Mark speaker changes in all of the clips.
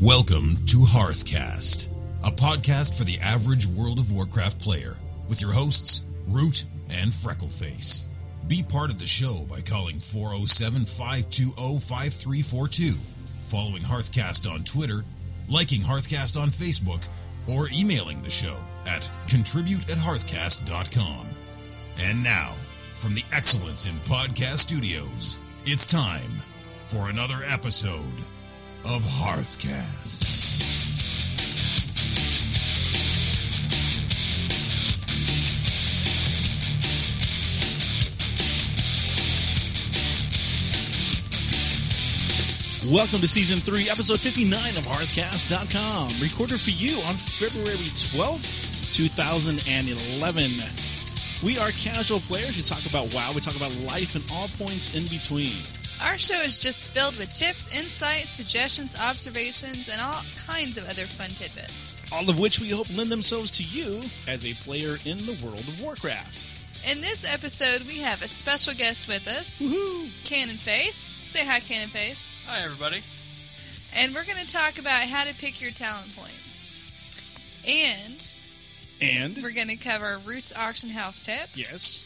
Speaker 1: Welcome to Hearthcast, a podcast for the average World of Warcraft player, with your hosts, Root and Freckleface. Be part of the show by calling 407 520 5342, following Hearthcast on Twitter, liking Hearthcast on Facebook, or emailing the show at contribute at hearthcast.com. And now, from the Excellence in Podcast Studios, it's time for another episode of Hearthcast.
Speaker 2: Welcome to Season 3, Episode 59 of HearthCast.com, recorded for you on February 12th, 2011. We are casual players. We talk about WoW, we talk about life and all points in between.
Speaker 3: Our show is just filled with tips, insights, suggestions, observations, and all kinds of other fun tidbits.
Speaker 2: All of which we hope lend themselves to you as a player in the world of Warcraft.
Speaker 3: In this episode, we have a special guest with us,
Speaker 2: Woohoo!
Speaker 3: Cannon Face. Say hi, Cannon Face.
Speaker 4: Hi, everybody.
Speaker 3: And we're going to talk about how to pick your talent points. And
Speaker 2: And,
Speaker 3: we're going to cover Roots Auction House tip
Speaker 2: yes,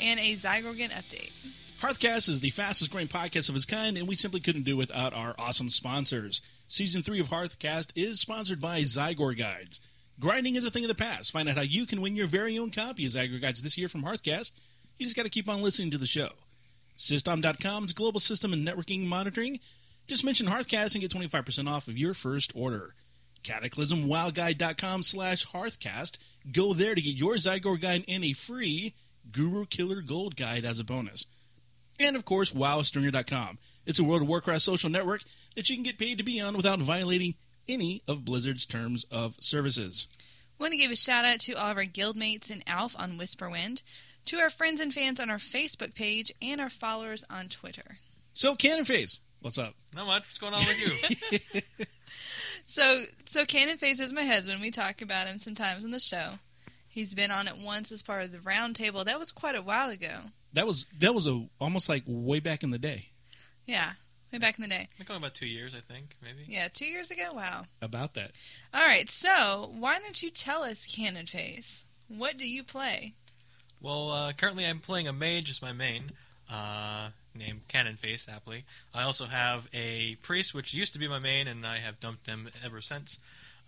Speaker 3: and a Zygorgan update.
Speaker 2: HearthCast is the fastest growing podcast of its kind, and we simply couldn't do without our awesome sponsors. Season 3 of HearthCast is sponsored by Zygor Guides. Grinding is a thing of the past. Find out how you can win your very own copy of Zagor Guides this year from Hearthcast. You just got to keep on listening to the show. System.com's global system and networking monitoring. Just mention Hearthcast and get 25% off of your first order. CataclysmWowGuide.com slash Hearthcast. Go there to get your Zygor Guide and a free Guru Killer Gold Guide as a bonus. And of course, WoWStringer.com. It's a World of Warcraft social network that you can get paid to be on without violating any of Blizzard's terms of services.
Speaker 3: Want to give a shout out to all of our guildmates in ALF on Whisperwind, to our friends and fans on our Facebook page, and our followers on Twitter.
Speaker 2: So, Cannon Phase, what's up?
Speaker 4: Not much. What's going on with you?
Speaker 3: So, so Cannon Face is my husband. We talk about him sometimes on the show. He's been on it once as part of the round table. That was quite a while ago.
Speaker 2: That was that was a almost like way back in the day.
Speaker 3: Yeah, way back in the day.
Speaker 4: Been going about two years, I think, maybe.
Speaker 3: Yeah, two years ago. Wow.
Speaker 2: About that,
Speaker 3: All right. So, why don't you tell us, Cannon Face? What do you play?
Speaker 4: Well, uh, currently I'm playing a mage as my main, uh, named Cannon Face, aptly. I also have a priest, which used to be my main, and I have dumped him ever since.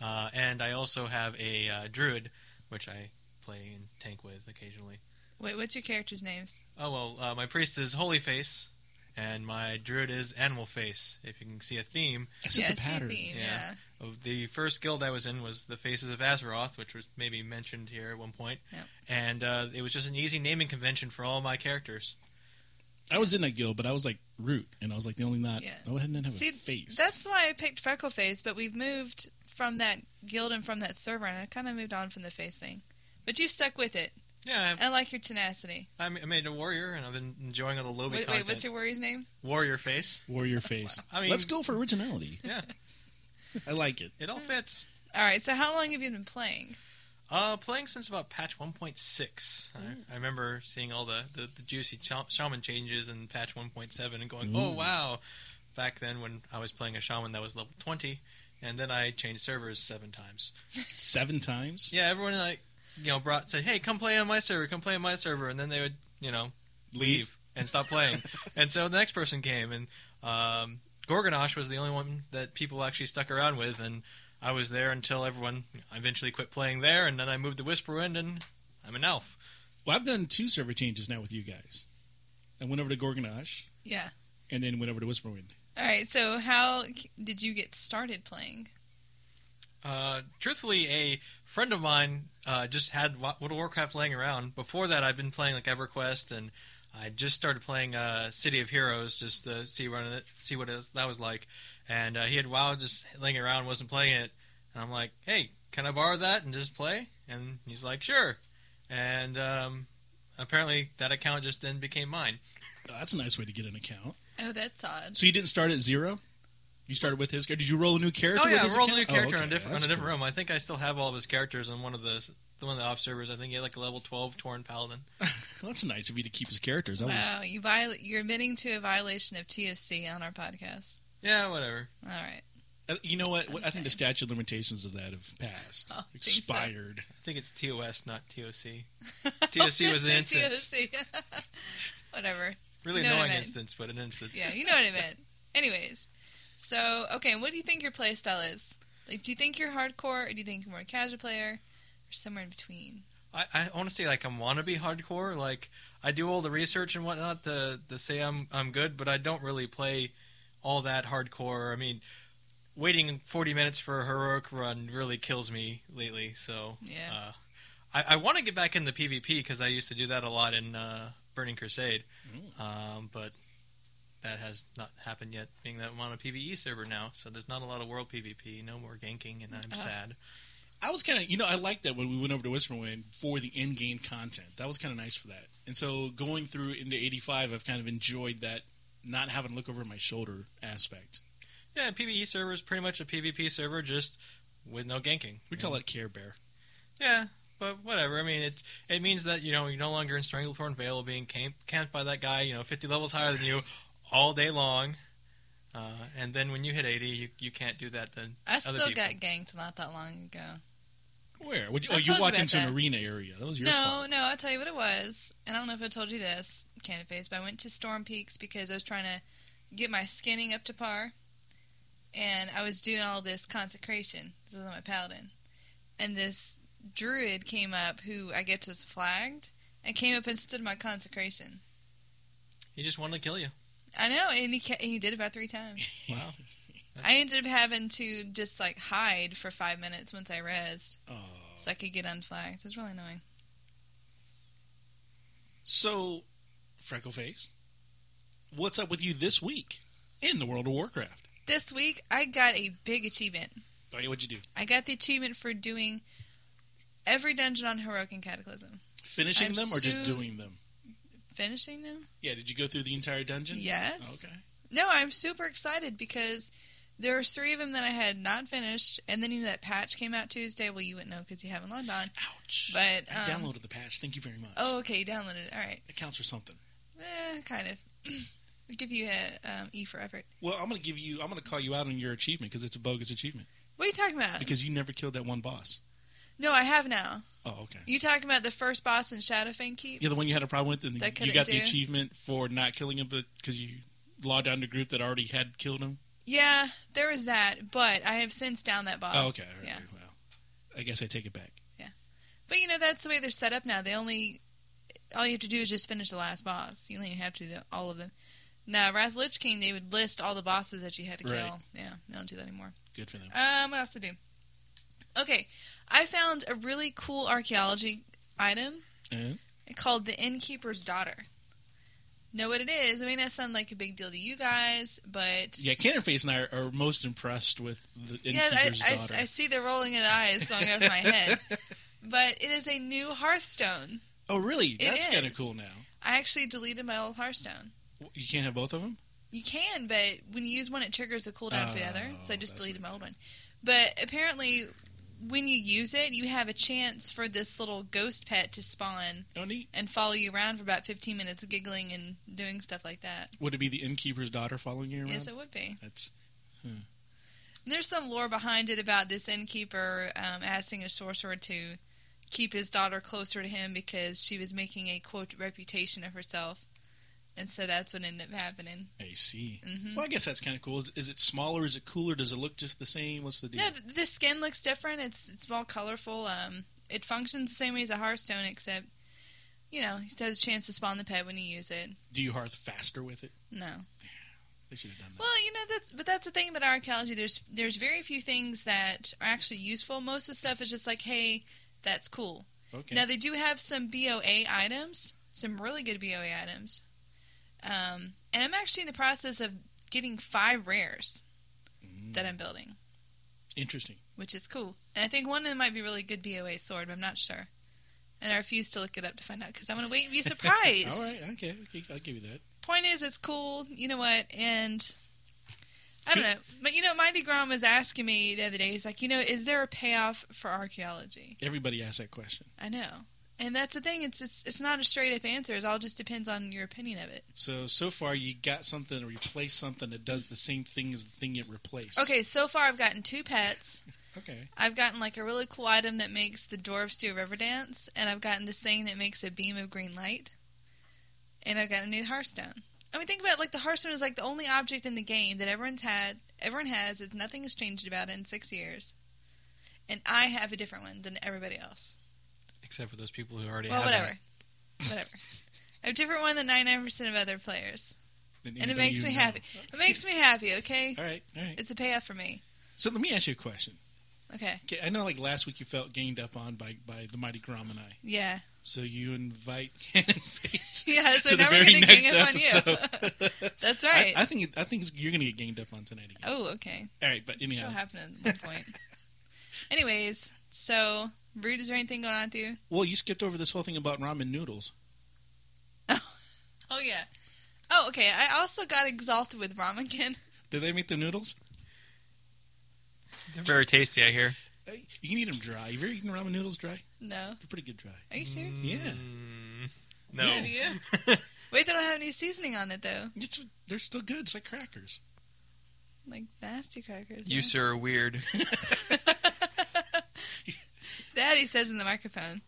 Speaker 4: Uh, and I also have a uh, druid, which I play and tank with occasionally.
Speaker 3: Wait, what's your characters' names?
Speaker 4: Oh well, uh, my priest is Holy Face, and my druid is Animal Face. If you can see a theme,
Speaker 2: I sense
Speaker 3: Yeah,
Speaker 2: a
Speaker 3: I see
Speaker 2: pattern.
Speaker 3: theme,
Speaker 4: Yeah.
Speaker 3: yeah.
Speaker 4: Of The first guild I was in was the Faces of Azeroth, which was maybe mentioned here at one point,
Speaker 3: Yeah.
Speaker 4: and uh, it was just an easy naming convention for all my characters.
Speaker 2: I was in that guild, but I was like root, and I was like the only not.
Speaker 3: Yeah.
Speaker 2: Oh, I didn't have
Speaker 3: See,
Speaker 2: a face.
Speaker 3: That's why I picked Freckle Face, but we've moved from that guild and from that server, and I kind of moved on from the face thing. But you've stuck with it.
Speaker 4: Yeah,
Speaker 3: I like your tenacity.
Speaker 4: I, I made a warrior, and I've been enjoying all the lobby
Speaker 3: Wait,
Speaker 4: content.
Speaker 3: wait, what's your warrior's name?
Speaker 4: warrior face?
Speaker 2: warrior face.
Speaker 4: I mean-
Speaker 2: let's go for originality.
Speaker 4: Yeah.
Speaker 2: I like it.
Speaker 4: It all fits.
Speaker 3: All right. So, how long have you been playing?
Speaker 4: Uh, playing since about patch 1.6.
Speaker 3: Mm.
Speaker 4: I, I remember seeing all the, the, the juicy cha- shaman changes in patch 1.7 and going, oh, wow. Back then when I was playing a shaman that was level 20, and then I changed servers seven times.
Speaker 2: Seven times.
Speaker 4: Yeah, everyone like you know brought said, "Hey, come play on my server, come play on my server," and then they would you know leave and stop playing. and so the next person came, and um, Gorgonosh was the only one that people actually stuck around with, and I was there until everyone eventually quit playing there, and then I moved to Whisperwind, and I'm an elf.
Speaker 2: Well, I've done two server changes now with you guys. I went over to Gorgonosh,
Speaker 3: Yeah.
Speaker 2: and then went over to Whisperwind.
Speaker 3: All right. So, how c- did you get started playing?
Speaker 4: Uh, truthfully, a friend of mine uh, just had Wa- World of Warcraft laying around. Before that, I've been playing like EverQuest, and I just started playing uh, City of Heroes just to see what it, see what it was, that was like. And uh, he had WoW just laying around, wasn't playing it, and I'm like, "Hey, can I borrow that and just play?" And he's like, "Sure." And um, apparently, that account just then became mine.
Speaker 2: Oh, that's a nice way to get an account.
Speaker 3: Oh, that's odd.
Speaker 2: So you didn't start at zero. You started with his. Did you roll a new character?
Speaker 4: Oh yeah,
Speaker 2: with his
Speaker 4: I rolled a new
Speaker 2: account? Oh,
Speaker 4: character on a
Speaker 2: okay,
Speaker 4: different on
Speaker 2: that's
Speaker 4: a different
Speaker 2: cool.
Speaker 4: room. I think I still have all of his characters on one of the the one of the observers. I think he had like a level twelve Torn Paladin.
Speaker 2: Well, that's nice of you to keep his characters. That was,
Speaker 3: Wow, you viola- you're admitting to a violation of TOC on our podcast.
Speaker 4: Yeah, whatever.
Speaker 3: All right.
Speaker 2: Uh, You know what?
Speaker 3: I'm
Speaker 2: I think the
Speaker 3: saying.
Speaker 2: statute of limitations of that have passed,
Speaker 3: I
Speaker 4: Oh,
Speaker 3: don't think so.
Speaker 2: expired.
Speaker 4: I think it's TOS, not TOC. TOC was an instance.
Speaker 3: TOC. Whatever.
Speaker 4: Really
Speaker 3: You know what I
Speaker 4: annoying
Speaker 3: meant.
Speaker 4: instance, but an instance.
Speaker 3: Yeah, you know what I meant. Anyways, so okay, what do you think your play style is? Like, do you think you're hardcore, or do you think you're more a casual player, or somewhere in between?
Speaker 4: I, I want to say like I'm wannabe hardcore. Like I do all the research and whatnot to to say I'm I'm good, but I don't really play all that hardcore. I mean, waiting 40 minutes for a heroic run really kills me lately. So
Speaker 3: Yeah,
Speaker 4: uh, I, I want to get back into PvP because I used to do that a lot in uh, Burning Crusade,
Speaker 2: Mm.
Speaker 4: um, but that has not happened yet. Being that I'm on a PVE server now, so there's not a lot of world PvP. No more ganking, and I'm
Speaker 2: Ah.
Speaker 3: Oh.
Speaker 4: sad.
Speaker 2: I was kind of, you know, I liked that when we went over to Whisperwind for the in-game content. That was kind of nice for that. And so going through into 85, I've kind of enjoyed that not having to look over my shoulder aspect.
Speaker 4: Yeah, PVE server is pretty much a PvP server, just with no ganking.
Speaker 2: We call it Care Bear.
Speaker 4: Yeah, but whatever. I mean, it it means that you know you're no longer in Stranglethorn Vale, being camp, camped by that guy, you know, 50 levels higher than you, all day long. Uh, and then when you hit 80, you, you can't do that. Then
Speaker 3: I
Speaker 4: other
Speaker 3: still
Speaker 4: people.
Speaker 3: got ganked not that long ago.
Speaker 2: Where? Would you,
Speaker 3: I
Speaker 2: oh, you
Speaker 3: told you
Speaker 2: walked
Speaker 3: about
Speaker 2: into an
Speaker 3: that.
Speaker 2: arena area. That was your
Speaker 3: no,
Speaker 2: fault.
Speaker 3: no, I'll tell you what it was. And I don't know if I told you this, Cannon Face, but I went to Storm Peaks because I was trying to get my skinning up to par. And I was doing all this consecration. This is my paladin. And this druid came up who I guess was flagged and came up and stood my consecration.
Speaker 4: he just wanted to kill you.
Speaker 3: I know, and he ca- he did about three times.
Speaker 4: Wow.
Speaker 3: I ended up having to just like hide for five minutes once I rezzed
Speaker 2: Oh.
Speaker 3: so I could get unflagged. It was really annoying.
Speaker 2: So, Freckleface, what's up with you this week in the World of Warcraft?
Speaker 3: This week I got a big achievement.
Speaker 2: Oh, yeah, what'd you do?
Speaker 3: I got the achievement for doing every dungeon on Heroic and Cataclysm.
Speaker 2: Finishing
Speaker 3: I'm
Speaker 2: them or just
Speaker 3: su-
Speaker 2: doing them?
Speaker 3: Finishing them?
Speaker 2: Yeah, did you go through the entire dungeon?
Speaker 3: Yes.
Speaker 2: Oh, Okay.
Speaker 3: No, I'm super excited because there were three of them that I had not finished, and then you know that patch came out Tuesday. Well, you wouldn't know because you haven't logged on.
Speaker 2: Ouch.
Speaker 3: But
Speaker 2: I
Speaker 3: um,
Speaker 2: downloaded the patch. Thank you very much.
Speaker 3: oh, okay, you downloaded it. All right,
Speaker 2: It counts for something.
Speaker 3: eh, kind of. I'll give you a um, E for effort.
Speaker 2: Well, I'm going to give you. I'm going to call you out on your achievement because it's a bogus achievement
Speaker 3: What are you talking about?
Speaker 2: because you never killed that one boss.
Speaker 3: no, I have now.
Speaker 2: Oh, okay.
Speaker 3: You talking about the first boss in Shadowfang Keep?
Speaker 2: Yeah, the one you had a problem with, and
Speaker 3: That
Speaker 2: you
Speaker 3: couldn't
Speaker 2: got the
Speaker 3: do.
Speaker 2: achievement for not killing him, but because you logged on to a group that already had killed him.
Speaker 3: Yeah, there was that, but I have since down that boss.
Speaker 2: Oh, okay. all right,
Speaker 3: Yeah.
Speaker 2: Well, I guess I take it back.
Speaker 3: But you know that's the way they're set up now. They only all you have to do is just finish the last boss. You only have to do the, all of them. Now, Wrath of Lich King, they would list all the bosses that you had to
Speaker 2: Right.
Speaker 3: kill. Yeah, they don't do that anymore.
Speaker 2: Good for them.
Speaker 3: Um, what else to do? Okay, I found a really cool archaeology item
Speaker 2: Uh,
Speaker 3: called the Innkeeper's Daughter. Know what it is? It may not sound like a big deal to you guys, but
Speaker 2: yeah, Cannon Face and I are, are most impressed with the
Speaker 3: Yeah, I,
Speaker 2: innkeeper's
Speaker 3: I,
Speaker 2: daughter.
Speaker 3: I see the rolling of the eyes going over my head. But it is a new Hearthstone.
Speaker 2: oh, really? That's kind of
Speaker 3: is.
Speaker 2: cool. Now
Speaker 3: I actually deleted my old Hearthstone.
Speaker 2: you can't have both of them.
Speaker 3: You can, but when you use one, it triggers a cooldown for the other. So I
Speaker 2: Oh,
Speaker 3: just
Speaker 2: that's
Speaker 3: deleted
Speaker 2: what
Speaker 3: my old one. But apparently, when you use it, you have a chance for this little ghost pet to spawn
Speaker 2: No neat.
Speaker 3: and follow you around for about 15 minutes, giggling and doing stuff like that.
Speaker 2: Would it be the innkeeper's daughter following you around?
Speaker 3: Yes, it would be.
Speaker 2: That's
Speaker 3: And there's some lore behind it about this innkeeper um, asking a sorcerer to keep his daughter closer to him because she was making a quote reputation of herself. And so that's what ended up happening.
Speaker 2: I see.
Speaker 3: hmm
Speaker 2: Well, I guess that's kind of cool. Is, is it smaller? Is it cooler? Does it look just the same? What's the deal?
Speaker 3: No, th- the skin looks different. It's it's more colorful. Um, it functions the same way as a Hearthstone, except you know it has a chance to spawn the pet when you use it.
Speaker 2: Do you hearth faster with it?
Speaker 3: No,
Speaker 2: They should have done that.
Speaker 3: well you know that's but that's the thing about archaeology. There's there's very few things that are actually useful. Most of the stuff is just like, hey, that's cool.
Speaker 2: okay.
Speaker 3: Now they do have some BOA items, some really good BOA items, um, and I'm actually in the process of getting five rares
Speaker 2: Mm.
Speaker 3: that I'm building.
Speaker 2: Interesting.
Speaker 3: which is cool. And I think one of them might be really good BOA sword, but I'm not sure. And I refuse to look it up to find out because I want to wait and be surprised.
Speaker 2: All right. Okay. okay, I'll give you that.
Speaker 3: Point is, it's cool. You know what? And I don't know. But you know, Mighty Grom was asking me the other day. He's like, you know, is there a payoff for archaeology?
Speaker 2: Everybody asks that question.
Speaker 3: I know. And that's the thing. It's it's, it's not a straight up answer. It all just depends on your opinion of it.
Speaker 2: So so far, you got something to replace something that does the same thing as the thing it replaced.
Speaker 3: Okay, so far I've gotten two pets.
Speaker 2: Okay.
Speaker 3: I've gotten like a really cool item that makes the dwarves do a river dance, and I've gotten this thing that makes a beam of green light, and I've got a new Hearthstone. I mean, think about it, like the Hearthstone is like the only object in the game that everyone's had, everyone has, is nothing has changed about it in six years, and I have a different one than everybody else.
Speaker 4: Except for those people who already
Speaker 3: well,
Speaker 4: have
Speaker 3: whatever, whatever. I have a different one than ninety nine percent of other players,
Speaker 2: Then
Speaker 3: and it
Speaker 2: anybody
Speaker 3: makes
Speaker 2: you
Speaker 3: me
Speaker 2: know.
Speaker 3: happy. It makes me happy. Okay,
Speaker 2: All right, all right.
Speaker 3: it's a payoff for me.
Speaker 2: So let me ask you a question.
Speaker 3: Okay,
Speaker 2: Okay, I know like last week you felt gained up on by, by the mighty Grom and I.
Speaker 3: yeah.
Speaker 2: So you invite Cannon Face
Speaker 3: Yeah, so
Speaker 2: to the
Speaker 3: now we're
Speaker 2: very
Speaker 3: gonna
Speaker 2: next
Speaker 3: gang up on you.
Speaker 2: episode.
Speaker 3: That's right.
Speaker 2: I, I think I think you're going to get gained up on tonight again.
Speaker 3: oh, okay.
Speaker 2: All right, but
Speaker 3: Sure
Speaker 2: anyhow,
Speaker 3: happen at one point. Anyways, so Rude, is there anything going on with you?
Speaker 2: well, you skipped over this whole thing about ramen noodles.
Speaker 3: Oh yeah. Oh, okay. I also got exalted with Ramakin.
Speaker 2: Did they make the noodles?
Speaker 4: They're very tasty, I hear.
Speaker 2: Uh, You can eat them dry. You've ever eaten ramen noodles dry?
Speaker 3: No.
Speaker 2: They're pretty good dry.
Speaker 3: Are you serious?
Speaker 2: Yeah.
Speaker 4: Mm, no.
Speaker 2: Yeah,
Speaker 3: Wait, they don't have any seasoning on it though.
Speaker 2: It's, they're still good. It's like crackers.
Speaker 3: Like nasty crackers.
Speaker 4: You, sir, are weird.
Speaker 3: That he says in the microphone.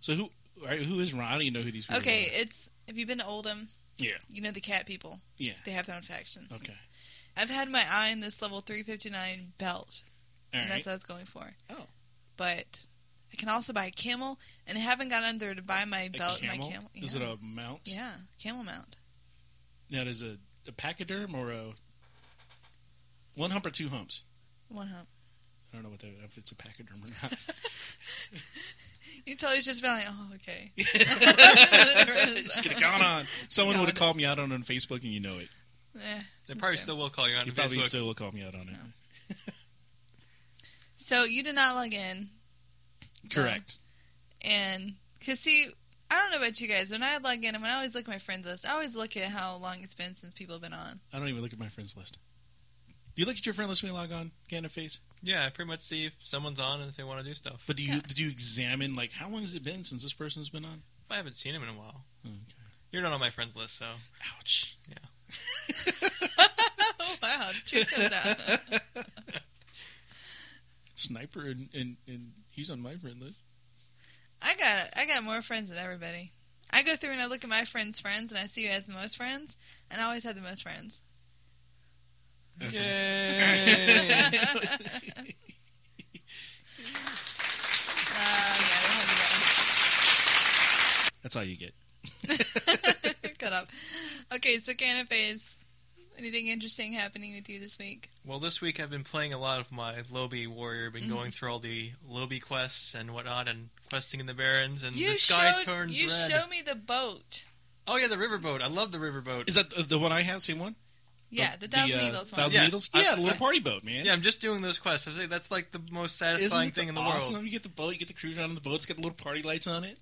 Speaker 2: so who all right, who is Ron? I don't even know who these people
Speaker 3: Okay, it's have you been to Oldham?
Speaker 2: Yeah.
Speaker 3: You know the cat people.
Speaker 2: Yeah.
Speaker 3: They have their own
Speaker 4: Oh.
Speaker 3: faction.
Speaker 2: are. Okay.
Speaker 3: I've had my eye on this level three fifty nine belt
Speaker 2: All
Speaker 3: and
Speaker 2: right.
Speaker 3: that's what I was going for.
Speaker 2: Oh.
Speaker 3: But I can also buy a camel, and I haven't got under to buy my
Speaker 2: A
Speaker 3: belt and
Speaker 2: camel?
Speaker 3: my camel. Yeah.
Speaker 2: Is it a mount?
Speaker 3: Yeah, camel mount.
Speaker 2: Now, does a, a pachyderm or a one hump or two humps?
Speaker 3: One hump.
Speaker 2: I don't know what that, if it's a pachyderm or not.
Speaker 3: You totally just been like, oh, okay.
Speaker 2: it should have gone on. Someone
Speaker 3: Gone.
Speaker 2: would have called me out on it on Facebook, and you know it.
Speaker 3: Eh.
Speaker 4: They
Speaker 3: That's
Speaker 4: probably
Speaker 3: true.
Speaker 4: still will call you out
Speaker 2: You
Speaker 4: on
Speaker 2: probably
Speaker 4: Facebook.
Speaker 2: still will call me out on it.
Speaker 3: So you did not log in,
Speaker 2: Correct.
Speaker 3: and cause see, I don't know about you guys. When I log in, and when I always look at my friends list, I always look at how long it's been since people have been on.
Speaker 2: I don't even look at my friends list. Do you look at your friend list when you log on, Cannon Face?
Speaker 4: Yeah, I pretty much see if someone's on and if they want to do stuff.
Speaker 2: But do you
Speaker 3: Yeah.
Speaker 2: do you examine like how long has it been since this person's been on?
Speaker 4: If I haven't seen him in a while.
Speaker 2: Okay.
Speaker 4: You're not on my friends list, so
Speaker 2: Ouch.
Speaker 3: Oh wow, the truth comes out.
Speaker 2: Sniper and, and, and he's on my friend list.
Speaker 3: I got I got more friends than everybody. I go through and I look at my friends' friends, and I see who has the most friends, and I always have the most friends.
Speaker 4: yay!
Speaker 3: Uh, yeah, I
Speaker 2: That's all you get.
Speaker 3: don't have you guys. Cut up. Okay, so canapes. Anything interesting happening with you this week?
Speaker 4: well, this week I've been playing a lot of my Lobby Warrior.
Speaker 3: Mm-hmm.
Speaker 4: Been going through all the Lobby quests and whatnot, and questing in the Barrens. And
Speaker 3: you
Speaker 4: Mm, the sky
Speaker 3: showed
Speaker 4: turns
Speaker 3: you
Speaker 4: red.
Speaker 3: show me the boat.
Speaker 4: oh yeah, the riverboat. I love the riverboat.
Speaker 2: Is that the, the one I have? Same one?
Speaker 3: Yeah, the, thousand
Speaker 2: uh,
Speaker 3: needles one.
Speaker 2: Thousand
Speaker 4: Yeah.
Speaker 2: needles.
Speaker 4: I-
Speaker 2: Yeah, the little
Speaker 3: I-
Speaker 2: party boat, man.
Speaker 4: Yeah, I'm just doing those quests. I'm saying that's like the most
Speaker 2: Isn't
Speaker 4: satisfying
Speaker 2: it
Speaker 4: thing in the
Speaker 2: awesome?
Speaker 4: world.
Speaker 2: You get the boat, you get to cruise around in the boat. It's got the little party lights on it.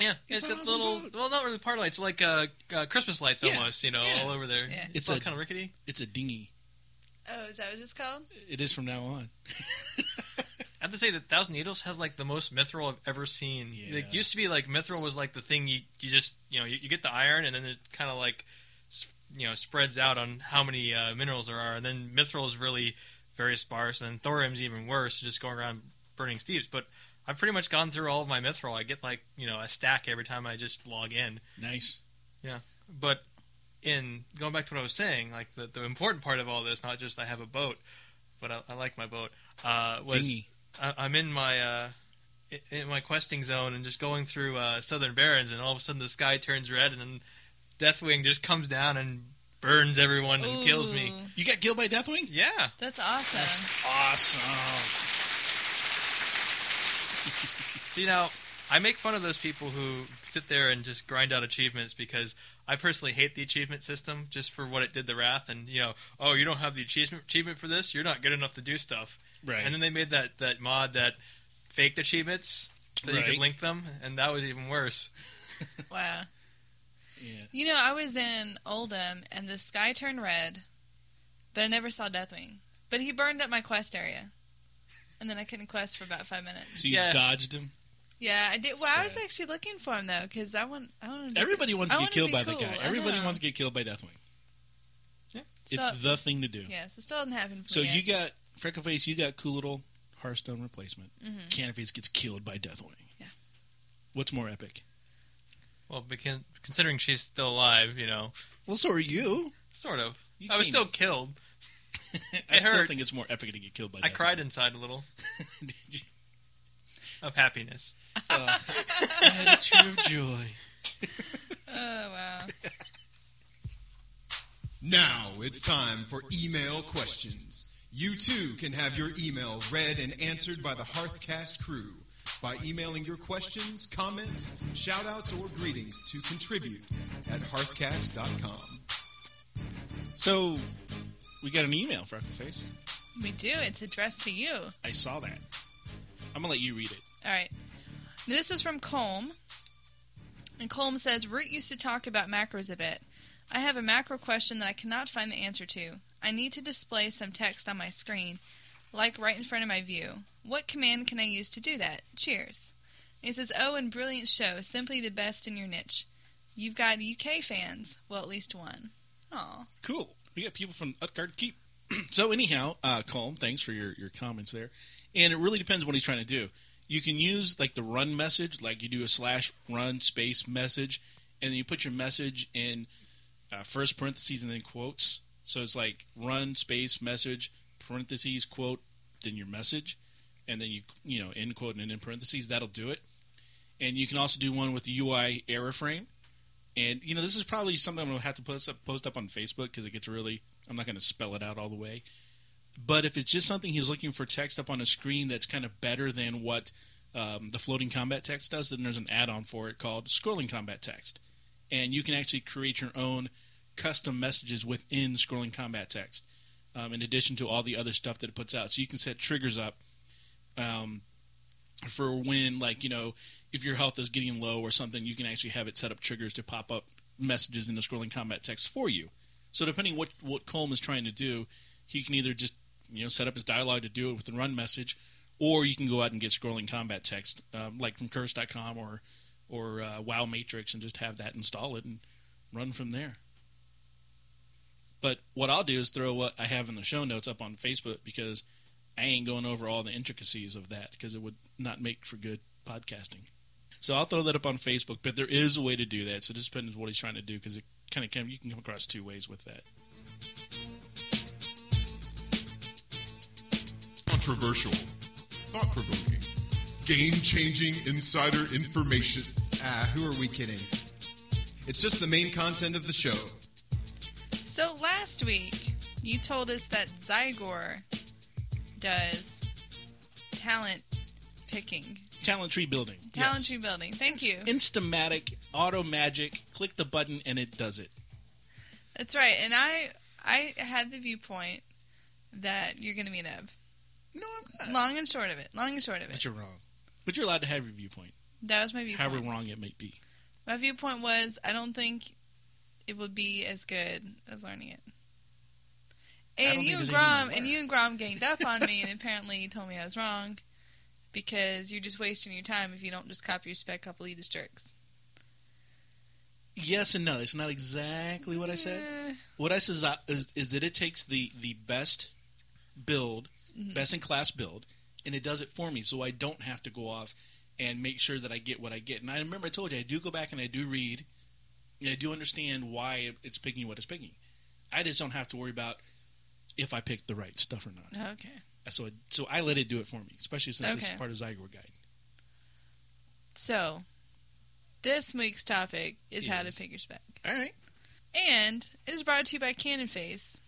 Speaker 4: Yeah,
Speaker 2: It's
Speaker 4: it's,
Speaker 2: an
Speaker 4: got
Speaker 2: awesome
Speaker 4: little,
Speaker 2: boat.
Speaker 4: well, not really part lights, like uh, uh, Christmas lights
Speaker 2: Yeah,
Speaker 4: almost. You know,
Speaker 2: yeah.
Speaker 4: all over there.
Speaker 3: Yeah.
Speaker 2: It's
Speaker 4: all
Speaker 2: a-
Speaker 4: kind of rickety.
Speaker 2: It's a dinghy.
Speaker 3: Oh, is that what it's called?
Speaker 2: It is from now on.
Speaker 4: I have to say that Thousand Needles has like the most mithril I've ever seen.
Speaker 2: Yeah.
Speaker 4: Like used to be like mithril was like the thing you you just you know you, you get the iron and then it kind of like sp- you know spreads out on how many uh, minerals there are and then mithril is really very sparse and thorium's even worse just going around burning steeps. But I've pretty much gone through all of my mithril. I get like you know a stack every time I just log in.
Speaker 2: Nice.
Speaker 4: but in going back to what I was saying, like the, the important part of all this, not just I have a boat, but I, I like my boat. Uh, was
Speaker 2: Dinghy.
Speaker 4: I, I'm in my uh, i- in my questing zone and just going through uh, Southern Barrens, and all of a sudden the sky turns red, and then Deathwing just comes down and burns everyone and kills me.
Speaker 3: Ooh,
Speaker 2: You got killed by Deathwing?
Speaker 4: Yeah,
Speaker 3: That's awesome.
Speaker 2: Awesome.
Speaker 4: see now. I make fun of those people who sit there and just grind out achievements because I personally hate the achievement system just for what it did to Wrath and you know oh you don't have the achievement achievement for this you're not good enough to do stuff
Speaker 2: Right.
Speaker 4: And then they made that, that mod that faked achievements so you
Speaker 2: Right.
Speaker 4: could link them, and that was even worse.
Speaker 3: Wow.
Speaker 2: yeah.
Speaker 3: You know, I was in Oldham and the sky turned red, but I never saw Deathwing. But he burned up my quest area. and then I couldn't quest for about five minutes.
Speaker 2: So you
Speaker 4: Yeah.
Speaker 2: dodged him.
Speaker 3: Yeah, I did. Well, I was
Speaker 2: Sad.
Speaker 3: actually looking for him though, because I want. I want.
Speaker 2: Everybody wants
Speaker 3: I
Speaker 2: to get
Speaker 3: wanna
Speaker 2: killed
Speaker 3: be
Speaker 2: by
Speaker 3: cool,
Speaker 2: the guy.
Speaker 3: I
Speaker 2: Everybody
Speaker 3: know.
Speaker 2: wants to get killed by Deathwing.
Speaker 3: So,
Speaker 2: it's the thing to do.
Speaker 3: yes, it still hasn't happened for
Speaker 2: So
Speaker 3: me.
Speaker 2: you got Freckleface, you got cool little Hearthstone replacement.
Speaker 3: Mhm.
Speaker 2: Canaface gets killed by Deathwing.
Speaker 3: Yeah.
Speaker 2: What's more epic?
Speaker 4: Well, because, considering she's still alive, you know,
Speaker 2: Well, so are you.
Speaker 4: sort of.
Speaker 2: You
Speaker 4: I was
Speaker 2: came-
Speaker 4: still killed.
Speaker 2: I
Speaker 4: it
Speaker 2: still
Speaker 4: hurt.
Speaker 2: think it's more epic to get killed by.
Speaker 4: I
Speaker 2: Deathwing.
Speaker 4: cried inside a little
Speaker 2: Did you?
Speaker 4: of happiness.
Speaker 2: Uh, I had a tear of joy.
Speaker 3: Oh wow.
Speaker 5: Now it's time for email questions. You too can have your email read and answered by the Hearthcast crew by emailing your questions, comments, shoutouts, or greetings to contribute at hearthcast.com.
Speaker 2: So we got an email, Freckleface.
Speaker 3: We do. It's addressed to you.
Speaker 2: I saw that. I'm gonna let you read it.
Speaker 3: All right. This is from Colm. And Colm says Root used to talk about macros a bit. I have a macro question that I cannot find the answer to. I need to display some text on my screen, like right in front of my view. What command can I use to do that? Cheers. He says, Oh, and brilliant show. Simply the best in your niche. You've got UK fans. Well, at least one. Aw.
Speaker 2: Cool. We got people from Utgard Keep. so anyhow, uh, Colm, thanks for your, your comments there. And it really depends what he's trying to do. You can use like the run message, like you do a slash run space message, and then you put your message in uh, first parentheses and then quotes. So it's like run space message parentheses quote then your message, and then you you know end quote and then in parentheses that'll do it. And you can also do one with the UI error frame. And you know, this is probably something I'm gonna have to post up post up on Facebook because it gets really. I'm not gonna spell it out all the way. But if it's just something he's looking for text up on a screen that's kind of better than what um, the floating combat text does, then there's an add-on for it called scrolling combat text, and you can actually create your own custom messages within scrolling combat text, um, in addition to all the other stuff that it puts out. So you can set triggers up um, for when, like you know, if your health is getting low or something, you can actually have it set up triggers to pop up messages in the scrolling combat text for you. So depending what what Colm is trying to do, he can either just you know set up his dialogue to do it with the run message, or you can go out and get scrolling combat text um, like from Curse.com or or uh, WoW Matrix and just have that install it and run from there. But what I'll do is throw what I have in the show notes up on Facebook because I ain't going over all the intricacies of that because it would not make for good podcasting. So I'll throw that up on Facebook, but there is a way to do that. So it just depends what he's trying to do because it kind of can, you can come across two ways with that.
Speaker 5: Controversial, thought provoking, game changing insider information. Ah, who are we kidding? It's just the main content of the show.
Speaker 3: So last week, you told us that Zygor does talent picking,
Speaker 2: Talent tree building.
Speaker 3: talent
Speaker 2: Yes.
Speaker 3: tree building. Thank
Speaker 2: It's
Speaker 3: you.
Speaker 2: Instamatic, auto magic. Click the button and it does it.
Speaker 3: That's right. And I, I had the viewpoint that you're going to be an eb.
Speaker 2: No, I'm not.
Speaker 3: Long and short of it. Long and short of
Speaker 2: But
Speaker 3: it.
Speaker 2: you're wrong. But you're allowed to have your viewpoint,
Speaker 3: That was my
Speaker 2: however
Speaker 3: viewpoint.
Speaker 2: wrong it might be.
Speaker 3: My viewpoint was I don't think it would be as good as learning it.
Speaker 2: don't
Speaker 3: And
Speaker 2: think
Speaker 3: you and
Speaker 2: there's anything
Speaker 3: Grom
Speaker 2: to
Speaker 3: and
Speaker 2: learn.
Speaker 3: you and Grom ganged up on me and apparently you told me I was wrong because you're just wasting your time if you don't just copy your spec off Elita's jerks.
Speaker 2: Yes and no. That's not exactly what I said. What I said is, I- is, is that it takes the, the best build,
Speaker 3: Mhm.
Speaker 2: best in class build, and it does it for me. So I don't have to go off and make sure that I get what I get. And I remember I told you, I do go back and I do read, and I do understand why it- it's picking what it's picking. I just don't have to worry about if I picked the right stuff or not.
Speaker 3: Eh, Okay.
Speaker 2: So, it, so I let it do it for me, especially since it's
Speaker 3: Okay.
Speaker 2: part of Zygor Guide.
Speaker 3: So this week's topic is how to
Speaker 2: Is-
Speaker 3: pick your spec.
Speaker 2: All right.
Speaker 3: And it is brought to you by Cannon Face.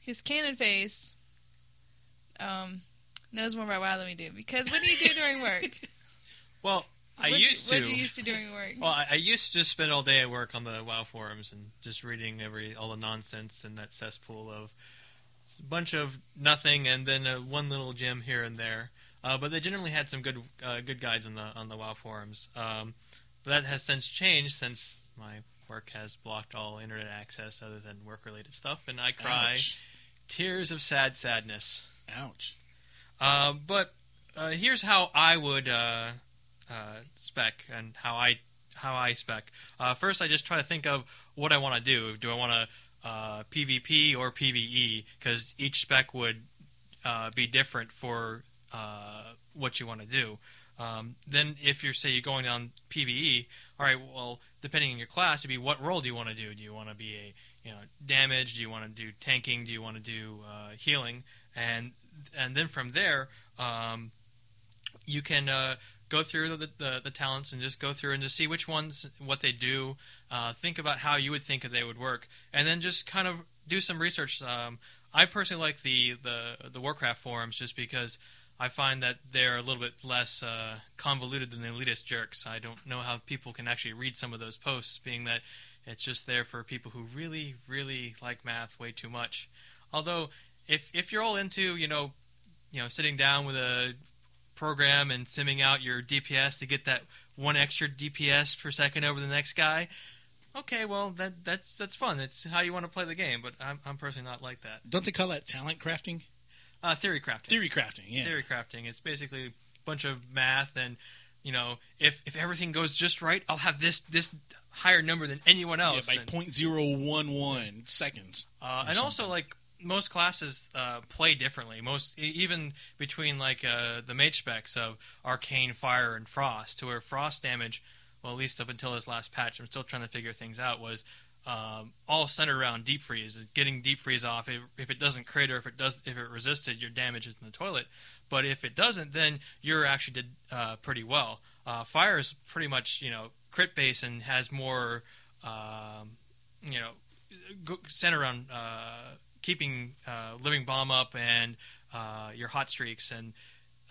Speaker 3: Because Cannon Face um, knows more about WoW than we do. Because what do you do during work?
Speaker 4: Well, I
Speaker 3: what
Speaker 4: used
Speaker 3: do,
Speaker 4: to.
Speaker 3: What do you used to doing work?
Speaker 4: Well, I, I used to just spend all day at work on the WoW forums and just reading every all the nonsense in that cesspool of it's a bunch of nothing and then uh, one little gem here and there. Uh, but they generally had some good uh, good guides on the on the WoW forums. Um, but that has since changed since my work has blocked all internet access other than work related stuff, and I cry
Speaker 2: Ouch.
Speaker 4: tears of sad sadness.
Speaker 2: Ouch.
Speaker 4: Uh, but uh, here's how I would uh, uh, spec and how I how I spec. Uh, first, I just try to think of what I want to do. Do I want to uh, PvP or PvE? Because each spec would uh, be different for uh, what you want to do. Um, then, if you're say you're going on PvE, all right. E, Well, depending on your class, it'd be what role do you want to do? Do you want to be a you know damage? Do you want to do tanking? Do you want to do uh, healing? And and then from there, um, you can uh, go through the, the, the talents and just go through and just see which ones what they do. Uh, think about how you would think that they would work, and then just kind of do some research. Um, I personally like the, the the Warcraft forums just because I find that they're a little bit less uh, convoluted than the elitist jerks. I don't know how people can actually read some of those posts, being that it's just there for people who really, really like math way too much. Although, if if you're all into you know, you know, sitting down with a program and simming out your DPS to get that one extra DPS per second over the next guy, okay, well that that's that's fun. That's how you want to play the game. But I'm, I'm personally not like that.
Speaker 2: Don't they call that talent crafting?
Speaker 4: Uh, theory crafting.
Speaker 2: Theory crafting, yeah.
Speaker 4: theory crafting. It's basically a bunch of math and you know, if if everything goes just right, I'll have this this higher number than anyone
Speaker 2: Yeah,
Speaker 4: else.
Speaker 2: by
Speaker 4: and,
Speaker 2: point zero one one seconds.
Speaker 4: uh,
Speaker 2: or
Speaker 4: and also like most classes uh, play differently. Most e- even between like uh, the mage specs of arcane, fire, and frost, to where frost damage, well at least up until this last patch, I'm still trying to figure things out. Was um, all centered around deep freeze, is getting deep freeze off. If, if it doesn't crit or if it does, if it resisted, your damage is in the toilet. But if it doesn't, then you're actually did uh, pretty well. Uh, fire is pretty much you know crit base and has more um, you know go- center around uh, keeping uh, living bomb up and uh, your hot streaks, and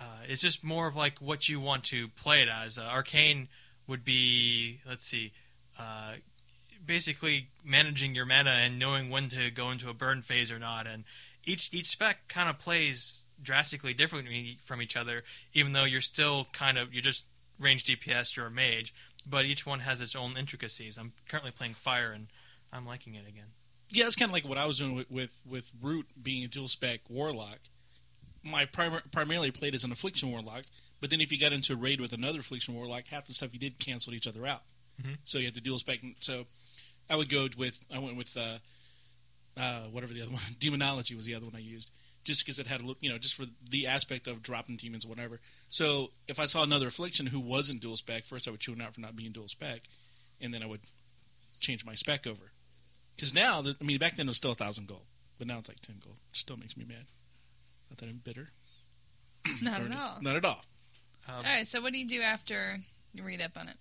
Speaker 4: uh, it's just more of like what you want to play it as. Uh, Arcane would be let's see, uh, basically managing your mana and knowing when to go into a burn phase or not, and each each spec kind of plays drastically differently from each other, even though you're still kind of you're just range DPS, you're a mage. But each one has its own intricacies. I'm currently playing fire, and I'm liking it again.
Speaker 2: Yeah, that's kind of like what I was doing with, with, with Root being a dual spec warlock. My primar primarily played as an affliction warlock, but then if you got into a raid with another affliction warlock, half the stuff you did canceled each other out.
Speaker 4: Mhm.
Speaker 2: So you had to dual spec. and- So I would go with I went with uh, uh, whatever the other one demonology was the other one I used just because it had a look you know just for the aspect of dropping demons whatever. So if I saw another affliction who wasn't dual spec, first I would chew him out for not being dual spec, and then I would change my spec over. Because now, there- I mean, back then it was still a thousand gold, but now it's like ten gold. It still makes me mad. Not that I'm bitter.
Speaker 3: Not
Speaker 2: Or
Speaker 3: at all.
Speaker 2: Not at all.
Speaker 4: Um,
Speaker 3: All right, so what do you do after you read up on it?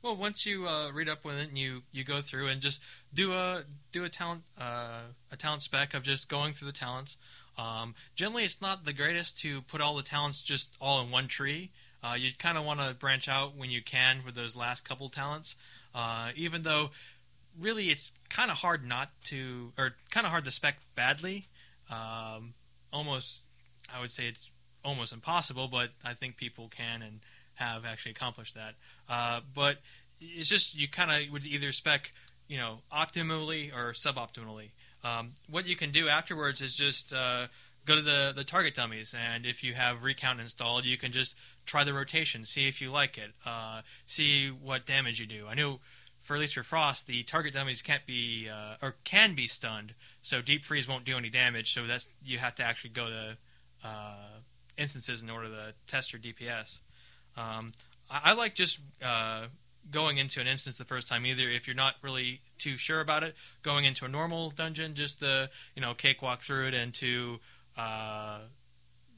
Speaker 4: Well, once you uh, read up with it, and you you go through and just do a do a talent uh, a talent spec of just going through the talents. Um, generally, it's not the greatest to put all the talents just all in one tree. Uh, you kind of want to branch out when you can with those last couple talents, uh, even though really it's kind of hard not to or kind of hard to spec badly. Um, almost, I would say it's almost impossible, but I think people can and have actually accomplished that. Uh, but it's just you kind of would either spec, you know, optimally or suboptimally. Um, what you can do afterwards is just uh, go to the, the target dummies, and if you have recount installed, you can just try the rotation, see if you like it, uh, see what damage you do. I know for at least for frost, the target dummies can't be uh, or can be stunned, so deep freeze won't do any damage. So that's you have to actually go to uh, instances in order to test your DPS. Um, I, I like just uh, going into an instance the first time either if you're not really too sure about it going into a normal dungeon just the you know cakewalk through it and to uh,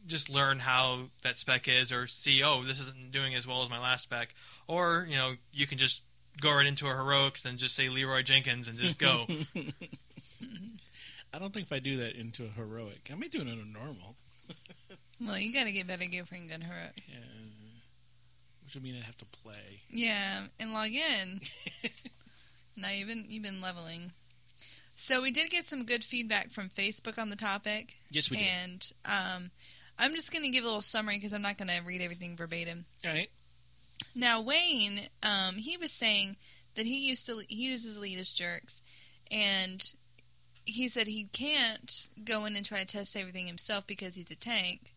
Speaker 4: just learn how that spec is or see oh this isn't doing as well as my last spec or you know you can just go right into a heroics and just say leroy jenkins and just go
Speaker 2: I don't think if I do that into a heroic, I may do it in a normal,
Speaker 3: Well, you got to get better gearing than her.
Speaker 2: yeah. which would mean I'd have to play.
Speaker 3: Yeah, and log in. now you've been you've been leveling. So we did get some good feedback from Facebook on the topic,
Speaker 2: Yes, we do.
Speaker 3: and um, I'm just going to give a little summary because I'm not going to read everything verbatim.
Speaker 2: All right.
Speaker 3: Now Wayne, um, he was saying that he used to he uses lead as jerks, and he said he can't go in and try to test everything himself because he's a tank,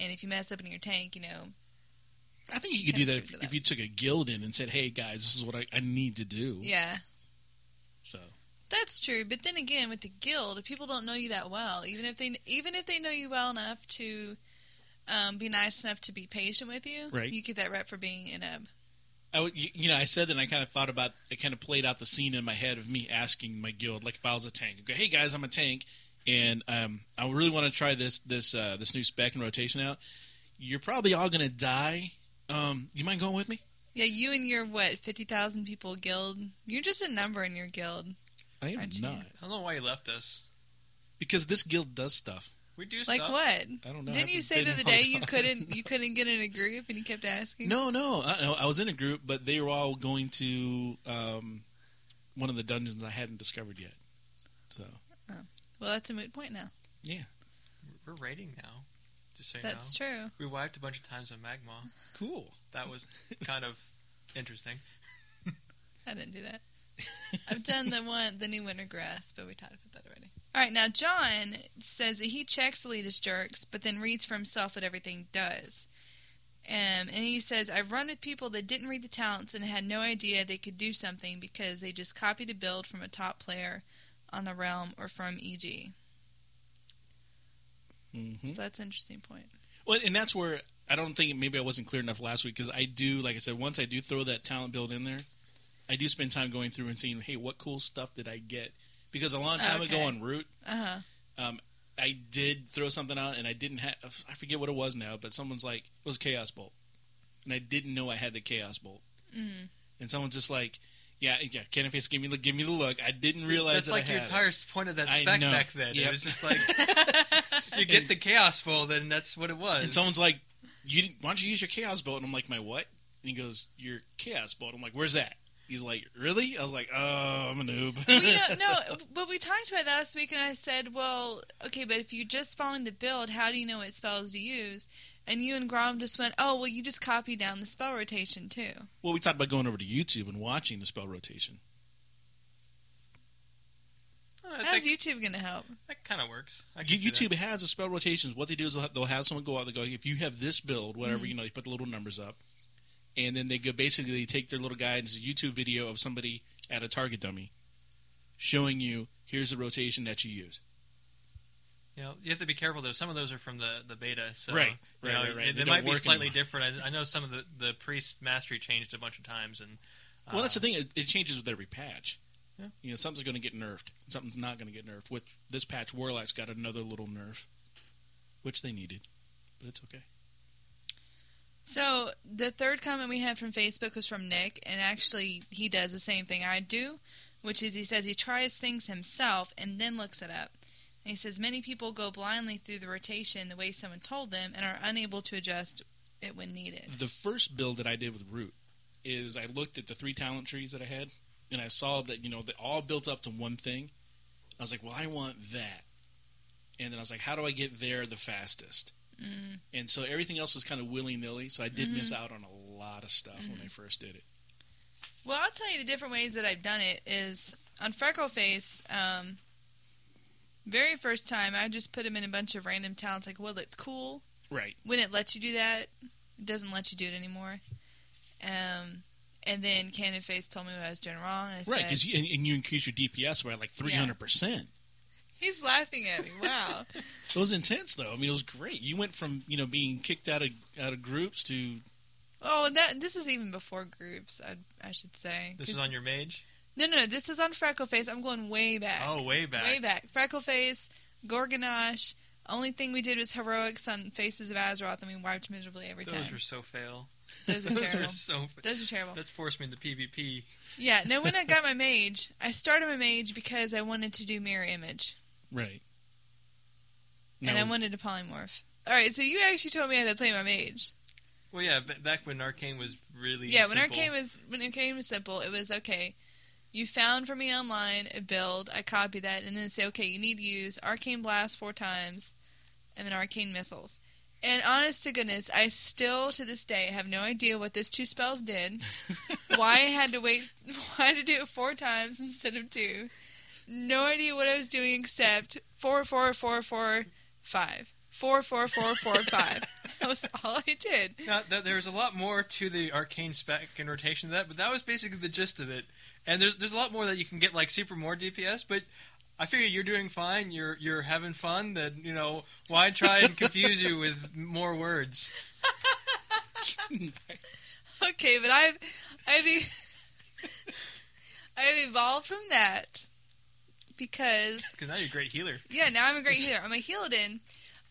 Speaker 3: And if you mess up in your tank, you know,
Speaker 2: I think you could do
Speaker 3: Kinda
Speaker 2: that if,
Speaker 3: screws it
Speaker 2: if
Speaker 3: up.
Speaker 2: you took a guild in and said, "Hey guys, this is what I, I need to do."
Speaker 3: yeah,
Speaker 2: So
Speaker 3: that's true. But then again, with the guild, if people don't know you that well, even if they even if they know you well enough to um, be nice enough to be patient with you,
Speaker 2: Right.
Speaker 3: you get that rep for being an ub.
Speaker 2: I would, you you know, I said that and I kind of thought about, I kind of played out the scene in my head of me asking my guild, like if I was a tank, I'd go, hey guys, I'm a tank, and um, I really want to try this this uh, this new spec and rotation out. You're probably all gonna die. Um, you mind going with me?
Speaker 3: Yeah, you and your what fifty thousand people guild, you're just a number in your guild.
Speaker 2: I am
Speaker 3: Aren't you?
Speaker 2: not
Speaker 4: I don't know why you left us.
Speaker 2: because this guild does stuff.
Speaker 4: We do
Speaker 3: Like
Speaker 4: stuff.
Speaker 3: what?
Speaker 2: I don't know. I
Speaker 3: Didn't
Speaker 2: haven't
Speaker 3: you say
Speaker 2: been
Speaker 3: the
Speaker 2: in
Speaker 3: other
Speaker 2: a long
Speaker 3: day you
Speaker 2: time.
Speaker 3: couldn't you couldn't get in a group and you kept asking?
Speaker 2: No, no, I, no, I was in a group, but they were all going to um, one of the dungeons I hadn't discovered yet. So
Speaker 3: Well, that's a moot point now.
Speaker 4: We're rating now. Just so you
Speaker 3: That's true.
Speaker 4: know. We wiped a bunch of times on Magma.
Speaker 2: cool.
Speaker 4: That was kind of interesting.
Speaker 3: I didn't do that. I've done the one the new winter grass, but we talked about that already. All right, now John says that he checks Alita's jerks, but then reads for himself what everything does. Um, and he says, I've run with people that didn't read the talents and had no idea they could do something because they just copied a build from a top player on the realm or from EG.
Speaker 2: hmm
Speaker 3: So that's an interesting point.
Speaker 2: Well, and that's where I don't think maybe I wasn't clear enough last week because I do, like I said, once I do throw that talent build in there, I do spend time going through and seeing, hey, what cool stuff did I get? Because a long time ago
Speaker 3: Okay.
Speaker 2: on Root,
Speaker 3: Uh huh.
Speaker 2: I did throw something out and I didn't have, I forget what it was now, but someone's like, it was Chaos Bolt. And I didn't know I had the Chaos Bolt.
Speaker 4: Mm-hmm.
Speaker 3: Mm.
Speaker 2: And someone's just like, yeah, yeah, Ken Face, give me the, give me the look. I didn't realize
Speaker 4: That's
Speaker 2: that
Speaker 4: like
Speaker 2: I
Speaker 4: your
Speaker 2: had it.
Speaker 4: entire point of that
Speaker 2: I
Speaker 4: spec
Speaker 2: know.
Speaker 4: back then.
Speaker 2: Yep.
Speaker 4: It was just like you get the chaos ball, then that's what it was.
Speaker 2: And someone's like, "You didn't, why don't you use your chaos bolt?" And I'm like, "My what?" And he goes, "Your chaos bolt." I'm like, "Where's that?" He's like, "Really?" I was like, "Oh, I'm a noob."
Speaker 3: well, you know,
Speaker 2: So-
Speaker 3: no, but we talked about that last week, and I said, well, okay, but if you're just following the build, how do you know what spells to use? And you and Grom just went, oh, well, you just copy down the spell rotation too.
Speaker 2: well, we talked about going over to YouTube and watching the spell rotation.
Speaker 4: Uh, I
Speaker 3: How's
Speaker 4: think
Speaker 3: YouTube going to help?
Speaker 4: that kind of works. I
Speaker 2: You-
Speaker 4: could do
Speaker 2: YouTube has the spell rotations. What they do is they'll have, they'll have someone go out. They go, "If you have this build, whatever,
Speaker 3: Mm-hmm.
Speaker 2: you know, they put the little numbers up." And then they go basically they take their little guide and it's a YouTube video of somebody at a target dummy showing you here's the rotation that you use.
Speaker 4: that. You, know, you have to be careful though. Some of those are from the, the beta, so
Speaker 2: Right.
Speaker 4: you
Speaker 2: Right,
Speaker 4: know,
Speaker 2: right, right.
Speaker 4: They,
Speaker 2: They don't
Speaker 4: might be
Speaker 2: work
Speaker 4: slightly different. I, I know some of the the priest mastery changed a bunch of times, and uh,
Speaker 2: Well, that's the thing. It, it changes with every patch.
Speaker 4: Yeah.
Speaker 2: You know, something's going to get nerfed. Something's not going to get nerfed. Which this patch, Warlock's got another little nerf, which they needed, but it's okay.
Speaker 3: So the third comment we had from Facebook was from Nick, and actually he does the same thing I do, which is he says he tries things himself and then looks it up. And he says many people go blindly through the rotation the way someone told them and are unable to adjust it when needed.
Speaker 2: The first build that I did with Root is I looked at the three talent trees that I had, and I saw that you know they all built up to one thing. I was like, well, I want that, and then I was like, how do I get there the fastest?
Speaker 3: Mm.
Speaker 2: And so everything else was kind of willy nilly. So I did
Speaker 3: Mhm.
Speaker 2: miss out on a lot of stuff when I first did it.
Speaker 3: Well, I'll tell you the different ways that I've done it is on Freckleface, um, very first time I just put him in a bunch of random talents like what looked cool.
Speaker 2: Right.
Speaker 3: When it lets you do that, it doesn't let you do it anymore. Um, and then Cannon Face told me what I was doing wrong. And I
Speaker 2: Right,
Speaker 3: said,
Speaker 2: because you, and, and you increase your DPS by like three hundred percent.
Speaker 3: He's laughing at me. Wow.
Speaker 2: It was intense, though. I mean, it was great. You went from you know being kicked out of out of groups to
Speaker 3: oh, and that this is even before groups, I, I should say.
Speaker 4: this
Speaker 3: 'Cause-
Speaker 4: is on your mage.
Speaker 3: no, no, no. This is on Freckleface. I'm going way back.
Speaker 4: Oh, way back.
Speaker 3: Way back. Freckleface, Gorgonosh. Only thing we did was heroics on Faces of Azeroth, and we wiped miserably every
Speaker 4: Those
Speaker 3: time.
Speaker 4: were so fail.
Speaker 3: Those were terrible.
Speaker 4: so. fa-
Speaker 3: Those were terrible.
Speaker 4: That's forced me into PvP.
Speaker 3: Yeah, no, when I got my mage, I started my mage because I wanted to do mirror image,
Speaker 2: right.
Speaker 3: and
Speaker 2: that
Speaker 3: I
Speaker 2: was-
Speaker 3: wanted to polymorph. All right, so you actually told me how to play my mage.
Speaker 4: Well, yeah, ba- back when Arcane was really
Speaker 3: Yeah, when
Speaker 4: simple.
Speaker 3: arcane was when arcane was simple, it was okay. You found for me online a build, I copy that, and then say, okay, you need to use arcane blast four times, and then arcane missiles. And honest to goodness, I still to this day have no idea what those two spells did, why I had to wait, why to do it four times instead of two. No idea what I was doing except four, four, four, four, five, four, four, four, four, five. that was all I did.
Speaker 4: Now, th- there's a lot more to the arcane spec and rotation of that, but that was basically the gist of it. And there's there's a lot more that you can get like super more DPS, but I figure you're doing fine. You're you're having fun. That you know why try and confuse you with more words?
Speaker 3: Okay, but I've I've e- I've evolved from that because
Speaker 4: Because now you're a great healer.
Speaker 3: yeah, now I'm a great healer. I'm a Healadin.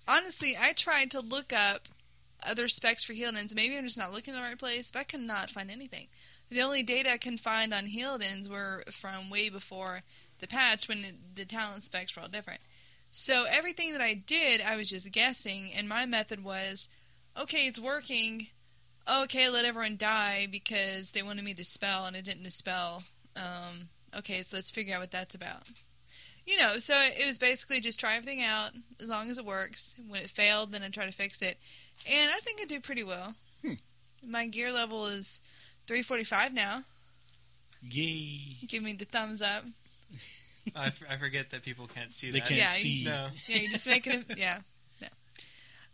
Speaker 3: Honestly, I tried to look up other specs for Healadins. Maybe I'm just not looking in the right place, but I could not find anything. The only data I can find on Healadins were from way before the patch when the talent specs were all different. So everything that I did, I was just guessing, and my method was, okay, it's working. Okay, let everyone die because they wanted me to spell and I didn't dispel. Um, okay, so let's figure out what that's about. You know, so it was basically just try everything out as long as it works. When it failed, then I try to fix it, and I think I do pretty well.
Speaker 2: Hmm.
Speaker 3: My gear level is 345 now.
Speaker 2: Yay.
Speaker 3: Give me the thumbs up.
Speaker 4: I, f- I forget that people can't see
Speaker 2: They
Speaker 4: that.
Speaker 2: can't
Speaker 3: Yeah,
Speaker 2: see.
Speaker 3: you-
Speaker 4: No,
Speaker 3: Yeah, you just make it. A, yeah, no.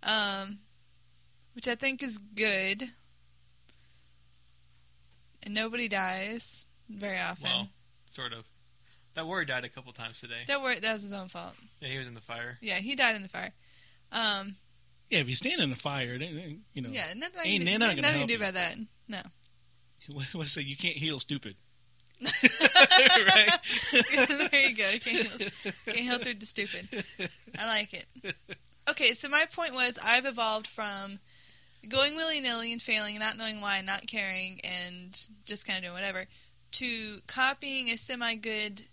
Speaker 3: Um, which I think is good. And nobody dies very often.
Speaker 4: well, sort of. That warrior died a couple times today.
Speaker 3: That wor- that was his own fault.
Speaker 4: Yeah, he was in the fire.
Speaker 3: Yeah, he died in the fire. Um,
Speaker 2: Yeah, if you stand in the fire, then- then, you know,
Speaker 3: yeah, nothing I
Speaker 2: Ain't
Speaker 3: can do,
Speaker 2: they're not gonna
Speaker 3: nothing I can
Speaker 2: help
Speaker 3: do
Speaker 2: you.
Speaker 3: about that. No.
Speaker 2: let's say you can't heal stupid. right?
Speaker 3: there you go. Can't heal, can't heal through the stupid. I like it. Okay, so my point was I've evolved from going willy nilly and failing and not knowing why and not caring and just kind of doing whatever to copying a semi good.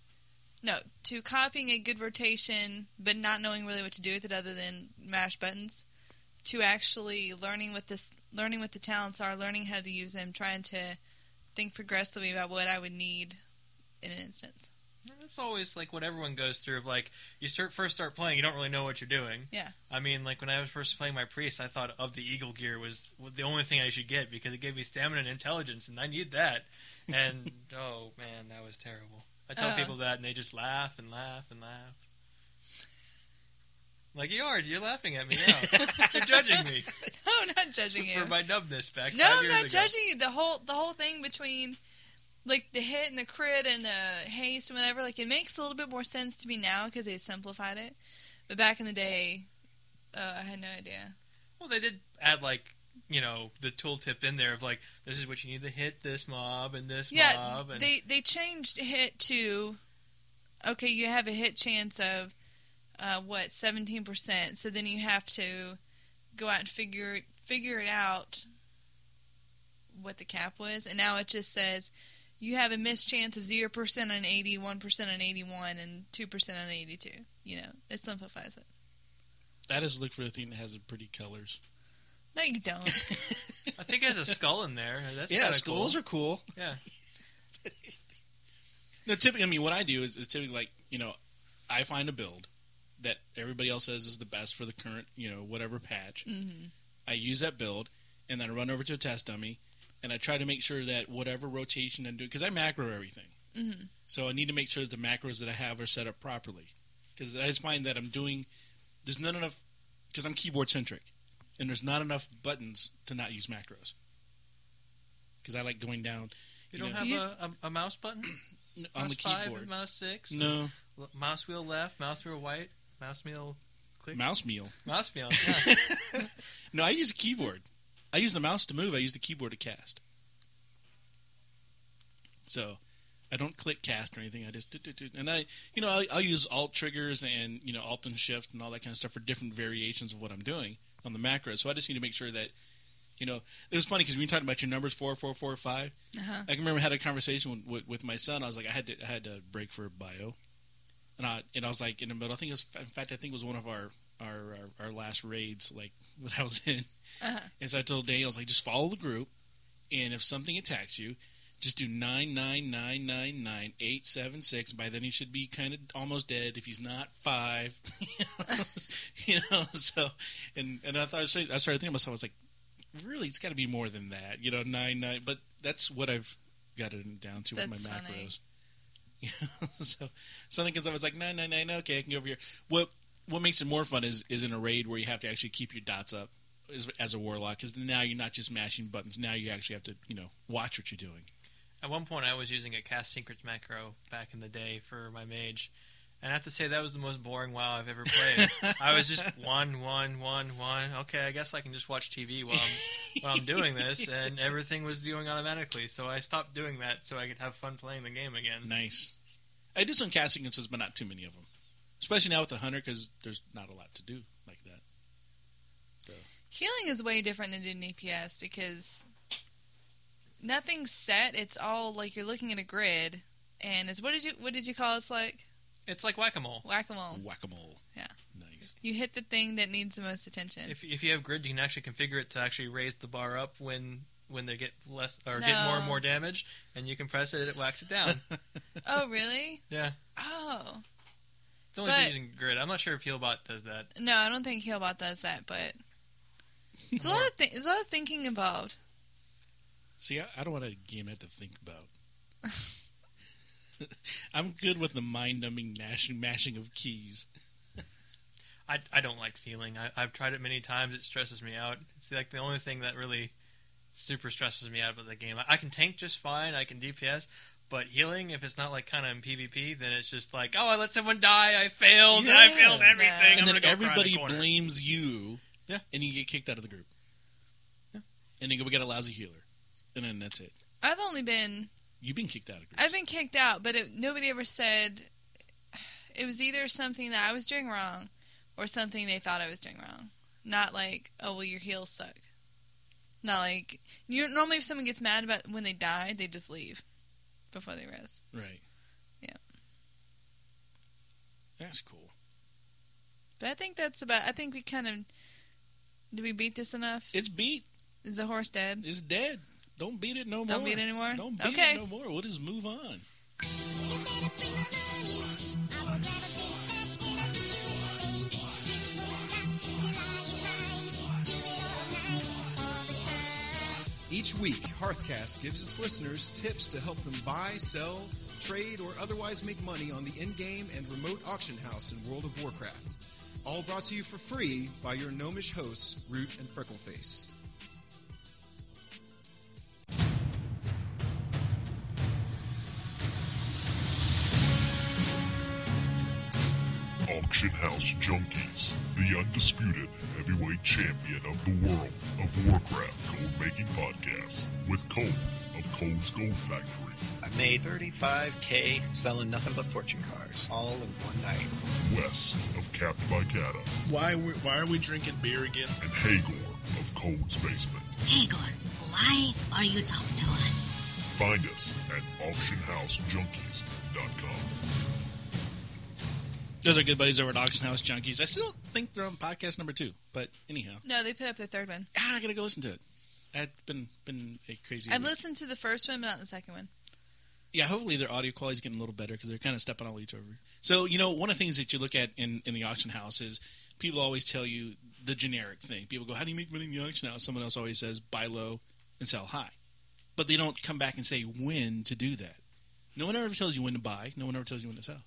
Speaker 3: No, to copying a good rotation but not knowing really what to do with it other than mash buttons. To actually learning what this, learning what the talents are, learning how to use them, trying to think progressively about what I would need in an instance.
Speaker 4: That's always like what everyone goes through. Of like, you start first start playing, you don't really know what you're doing.
Speaker 3: Yeah.
Speaker 4: I mean, like when I was first playing my priest, I thought of the eagle gear was the only thing I should get because it gave me stamina and intelligence, and I need that. And oh man, that was terrible. I tell
Speaker 3: Uh.
Speaker 4: people that, and they just laugh and laugh and laugh. Like you are, you're laughing at me now. you're judging me
Speaker 3: No, I'm not judging you.
Speaker 4: for my numbness back.
Speaker 3: No,
Speaker 4: five
Speaker 3: I'm
Speaker 4: years
Speaker 3: not
Speaker 4: ago.
Speaker 3: judging you. The whole the whole thing between like the hit and the crit and the haste and whatever, like it makes a little bit more sense to me now because they simplified it. But back in the day, uh, I had no idea.
Speaker 4: Well, they did add like you know the tooltip in there of like this is what you need to hit this mob and this
Speaker 3: Yeah,
Speaker 4: mob and
Speaker 3: they they changed hit to okay, you have a hit chance of uh, what seventeen percent. So then you have to go out and figure it- figure it out what the cap was, and now it just says you have a missed chance of zero percent on eighty, one percent on eighty one, and two percent on eighty two. You know, it simplifies it.
Speaker 2: That is look for the thing that has the pretty colors.
Speaker 3: No, you don't.
Speaker 4: I think it has a skull in there. That's
Speaker 2: yeah,
Speaker 4: kinda
Speaker 2: skulls
Speaker 4: cool.
Speaker 2: are cool.
Speaker 4: Yeah.
Speaker 2: No, typically, I mean, what I do is, is typically like you know, I find a build that everybody else says is the best for the current you know whatever patch.
Speaker 4: Mm-hmm.
Speaker 3: hmm
Speaker 2: I use that build, and then I run over to a test dummy, and I try to make sure that whatever rotation I'm doing, because I macro everything,
Speaker 3: hmm
Speaker 4: Mm-hmm.
Speaker 2: so I need to make sure that the macros that I have are set up properly. Because I just find that I'm doing there's not enough because I'm keyboard centric, and there's not enough buttons to not use macros. Because I like going down
Speaker 4: You
Speaker 2: You
Speaker 4: don't
Speaker 2: know.
Speaker 4: have
Speaker 3: You s-
Speaker 4: a, a, a mouse button
Speaker 2: n- on
Speaker 4: mouse
Speaker 2: the
Speaker 4: five
Speaker 2: keyboard.
Speaker 4: and mouse six.
Speaker 2: No
Speaker 4: L- mouse wheel left, mouse wheel white, mouse wheel, click,
Speaker 2: mouse meal.
Speaker 4: mouse wheel. Yeah.
Speaker 2: No, I use a keyboard. I use the mouse to move. I use the keyboard to cast. So, I don't click cast or anything. I just do, do, do. and I, you know, I, I'll use alt triggers and you know alt and shift and all that kind of stuff for different variations of what I'm doing on the macro. So I just need to make sure that, you know, it was funny because when you talked about your numbers four, four, four, five.
Speaker 3: Uh-huh.
Speaker 2: I can remember I had a conversation with, with, with my son. I was like, I had to I had to break for bio, and I and I was like in the middle. I think it was in fact I think it was one of our our our, our last raids like that I was in.
Speaker 3: Uh-huh.
Speaker 2: And so I told Daniel, I was like, just follow the group, and if something attacks you, just do nine nine nine nine nine eight seven six. By then he should be kind of almost dead. If he's not five, you know. So and and I thought I started, I started thinking to myself, I was like, really, it's got to be more than that, you know, nine nine. But that's what I've got it down to
Speaker 3: That's
Speaker 2: with my
Speaker 3: funny.
Speaker 2: macros. You know, so something comes up, it's like nine nine nine. Okay, I can go over here. What what makes it more fun is is in a raid where you have to actually keep your dots up as, as a warlock is now you're not just mashing buttons. Now you actually have to you know watch what you're doing.
Speaker 4: At one point, I was using a cast secrets macro back in the day for my mage, and I have to say that was the most boring WoW I've ever played. I was just one, one, one, one. Okay, I guess I can just watch TV while I'm while I'm doing this, and everything was doing automatically. So I stopped doing that so I could have fun playing the game again.
Speaker 2: Nice. I did some casting instances, but not too many of them. Especially now with the hunter, because there's not a lot to do like that.
Speaker 3: Healing is way different than doing DPS because nothing's set. It's all like you're looking at a grid, and it's what did you what did you call it? It's like
Speaker 4: It's like whack a mole.
Speaker 3: whack a mole.
Speaker 2: Whack a mole.
Speaker 3: Oh. Yeah.
Speaker 2: Nice.
Speaker 3: You hit the thing that needs the most attention.
Speaker 4: If, if you have grid, you can actually configure it to actually raise the bar up when when they get less or
Speaker 3: No.
Speaker 4: get more and more damage, and you compress it and it whacks it down.
Speaker 3: oh, really?
Speaker 4: yeah,
Speaker 3: Oh,
Speaker 4: it's only
Speaker 3: But-
Speaker 4: if you're using grid. I'm not sure if Healbot does that.
Speaker 3: no, I don't think Healbot does that, but it's a lot of th- there's a lot of thinking involved.
Speaker 2: See, I, I don't want a game I have to think about. I'm good with the mind-numbing mash- mashing of keys.
Speaker 4: I, I don't like healing. I, I've tried it many times. It stresses me out. It's like the only thing that really super stresses me out about the game. I, I can tank just fine. I can DPS, but healing, if it's not like kind of in PvP, then it's just like, oh, I let someone die. I failed. and I
Speaker 2: Yeah.
Speaker 4: failed everything.
Speaker 3: Yeah.
Speaker 4: I'm
Speaker 2: and
Speaker 4: gonna
Speaker 2: then
Speaker 4: go
Speaker 2: everybody
Speaker 4: cry in the corner.
Speaker 2: blames you,
Speaker 4: Yeah.
Speaker 2: and you get kicked out of the group. And then we got a lousy healer, and then that's it.
Speaker 3: I've only been
Speaker 2: You've been kicked out of group.
Speaker 3: I've been kicked out, but it, nobody ever said it was either something that I was doing wrong or something they thought I was doing wrong. Not like, oh well, your heels suck. Not like you normally if someone gets mad about when they die, they just leave before they res.
Speaker 2: Right.
Speaker 3: Yeah.
Speaker 2: That's cool.
Speaker 3: But I think that's about. I think we kind of did we beat this enough?
Speaker 2: It's beat.
Speaker 3: Is the horse dead?
Speaker 2: It's dead. Don't beat it no more.
Speaker 3: Don't beat it anymore.
Speaker 2: Don't beat
Speaker 3: okay.
Speaker 2: it no more. We'll just move on.
Speaker 5: Each week, Hearthcast gives its listeners tips to help them buy, sell, trade, or otherwise make money on the in game and remote auction house in World of Warcraft. All brought to you for free by your gnomish hosts, Root and Freckleface.
Speaker 6: Auction House Junkies, the undisputed heavyweight champion of the world of Warcraft gold making podcast with Cole of Cole's Gold Factory,
Speaker 7: I made 35k selling nothing but fortune cards, all in one night.
Speaker 6: Wes of Capped by Cata,
Speaker 8: Why we, why are we drinking beer again?
Speaker 6: and Hagor of Cole's Basement.
Speaker 9: Hagor, why are you talking to us?
Speaker 6: Find us at auctionhousejunkies.com.
Speaker 2: Those are good buddies over at Auction House Junkies. I still think they're on podcast number two, but anyhow,
Speaker 3: No, they put up their third one.
Speaker 2: ah, I gotta go listen to it. It's been been a crazy.
Speaker 3: I've
Speaker 2: week.
Speaker 3: listened to the first one, but not the second one.
Speaker 2: yeah, hopefully their audio quality's getting a little better because they're kind of stepping on each other. So, you know, one of the things that you look at in, in the auction house is people always tell you the generic thing. People go, How do you make money in the auction house? Someone else always says, Buy low and sell high. But they don't come back and say when to do that. No one ever tells you when to buy, no one ever tells you when to sell.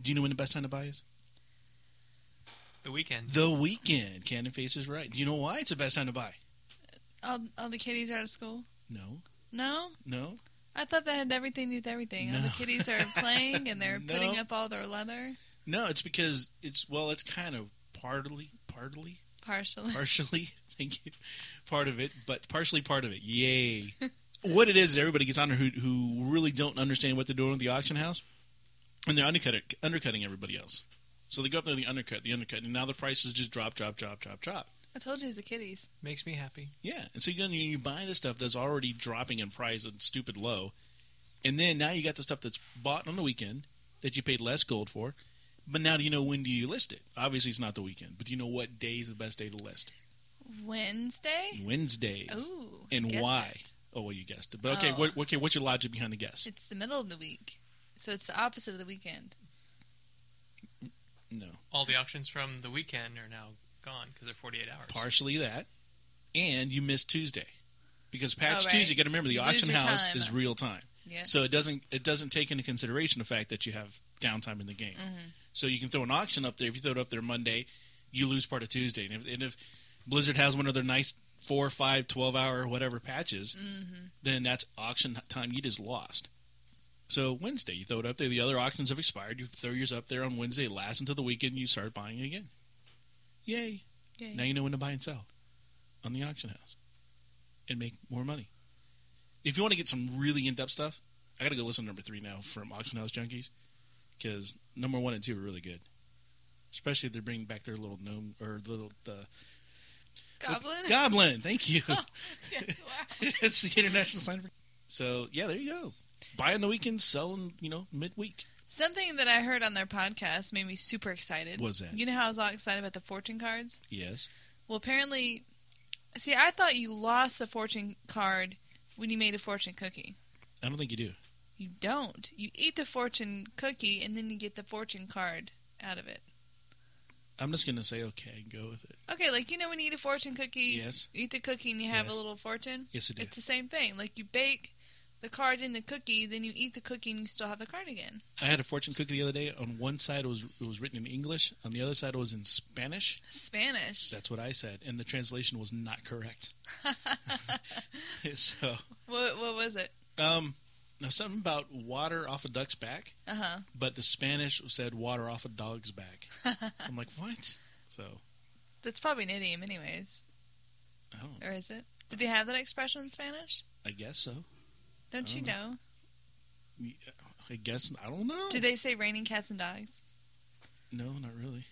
Speaker 2: Do you know when the best time to buy is?
Speaker 4: The weekend.
Speaker 2: The weekend. Cannon Face is right. Do you know why it's the best time to buy?
Speaker 3: All, all the kiddies are out of school.
Speaker 2: No,
Speaker 3: No,
Speaker 2: no,
Speaker 3: I thought that had everything to do with everything. All
Speaker 2: No.
Speaker 3: the kiddies are playing and they're
Speaker 2: No.
Speaker 3: putting up all their leather,
Speaker 2: no. It's because it's, well, it's kind of partly, partly
Speaker 3: partially.
Speaker 2: partially thank you part of it but partially part of it yay what it is is everybody gets on there who, who really don't understand what they're doing with the auction house and they're undercutting, undercutting everybody else so they go up there the undercut the undercut and now the prices just drop drop drop drop drop
Speaker 3: I told you it's the kiddies.
Speaker 4: Makes me happy.
Speaker 2: yeah and so you, you you buy the stuff that's already dropping in price and stupid low and then now you got the stuff that's bought on the weekend that you paid less gold for but now do you know when do you list it obviously it's not the weekend but do you know what day is the best day to list
Speaker 3: Wednesday?
Speaker 2: wednesdays
Speaker 3: Ooh. I
Speaker 2: And
Speaker 3: guessed
Speaker 2: why?
Speaker 3: it.
Speaker 2: Oh well, you guessed it. But okay,
Speaker 3: Oh.
Speaker 2: what, okay, what's your logic behind the guess?
Speaker 3: It's the middle of the week. So it's the opposite of the weekend.
Speaker 2: No,
Speaker 4: All the auctions from the weekend are now gone because they're 48 hours.
Speaker 2: partially that, and you missed Tuesday because Patch
Speaker 3: Oh, right.
Speaker 2: Tuesday. You got to remember the
Speaker 3: You lose
Speaker 2: auction
Speaker 3: your
Speaker 2: house
Speaker 3: time.
Speaker 2: is real time,
Speaker 3: Yes.
Speaker 2: so it doesn't it doesn't take into consideration the fact that you have downtime in the game. So you can throw an auction up there. If you throw it up there Monday, you lose part of Tuesday, and if, and if Blizzard has one of their nice four, five, 12 hour, whatever patches, then that's auction time you just lost. So Wednesday, you throw it up there. The other auctions have expired. You throw yours up there on Wednesday, it lasts until the weekend, you start buying again. Yay.
Speaker 3: Yay.
Speaker 2: Now you know when to buy and sell on the auction house and make more money. If you want to get some really in depth stuff, I got to go listen to number three now from Auction House Junkies because number one and two are really good. Especially if they're bringing back their little gnome or little uh,
Speaker 3: Goblin?
Speaker 2: goblin. Thank you.
Speaker 3: Wow.
Speaker 2: it's the international sign for. So yeah, there you go. Buy on the weekends, sell in you know midweek.
Speaker 3: Something that I heard on their podcast made me super excited.
Speaker 2: What was that?
Speaker 3: You know how I was all excited about the fortune cards?
Speaker 2: Yes.
Speaker 3: Well, apparently, see, I thought you lost the fortune card when you made a fortune cookie.
Speaker 2: I don't think you do.
Speaker 3: You don't. You eat the fortune cookie and then you get the fortune card out of it.
Speaker 2: I'm just gonna say okay and go with it.
Speaker 3: Okay, like you know when you eat a fortune cookie,
Speaker 2: Yes.
Speaker 3: you eat the cookie and you have
Speaker 2: Yes.
Speaker 3: a little fortune.
Speaker 2: Yes, I do.
Speaker 3: It's the same thing. Like you bake the card in the cookie, then you eat the cookie and you still have the card again.
Speaker 2: I had a fortune cookie the other day. On one side it was it was written in English, on the other side it was in Spanish.
Speaker 3: Spanish.
Speaker 2: That's what I said, and the translation was not correct. so,
Speaker 3: What what was it?
Speaker 2: um, now something about water off a duck's back,
Speaker 3: Uh huh.
Speaker 2: but the Spanish said water off a dog's back. I'm like, what? So,
Speaker 3: That's probably an idiom, anyways.
Speaker 2: I don't.
Speaker 3: Or is it? Do they have that expression in Spanish?
Speaker 2: I guess so.
Speaker 3: Don't
Speaker 2: I
Speaker 3: you
Speaker 2: don't
Speaker 3: know?
Speaker 2: I guess I don't know.
Speaker 3: Do they say raining cats and dogs?
Speaker 2: No, not really.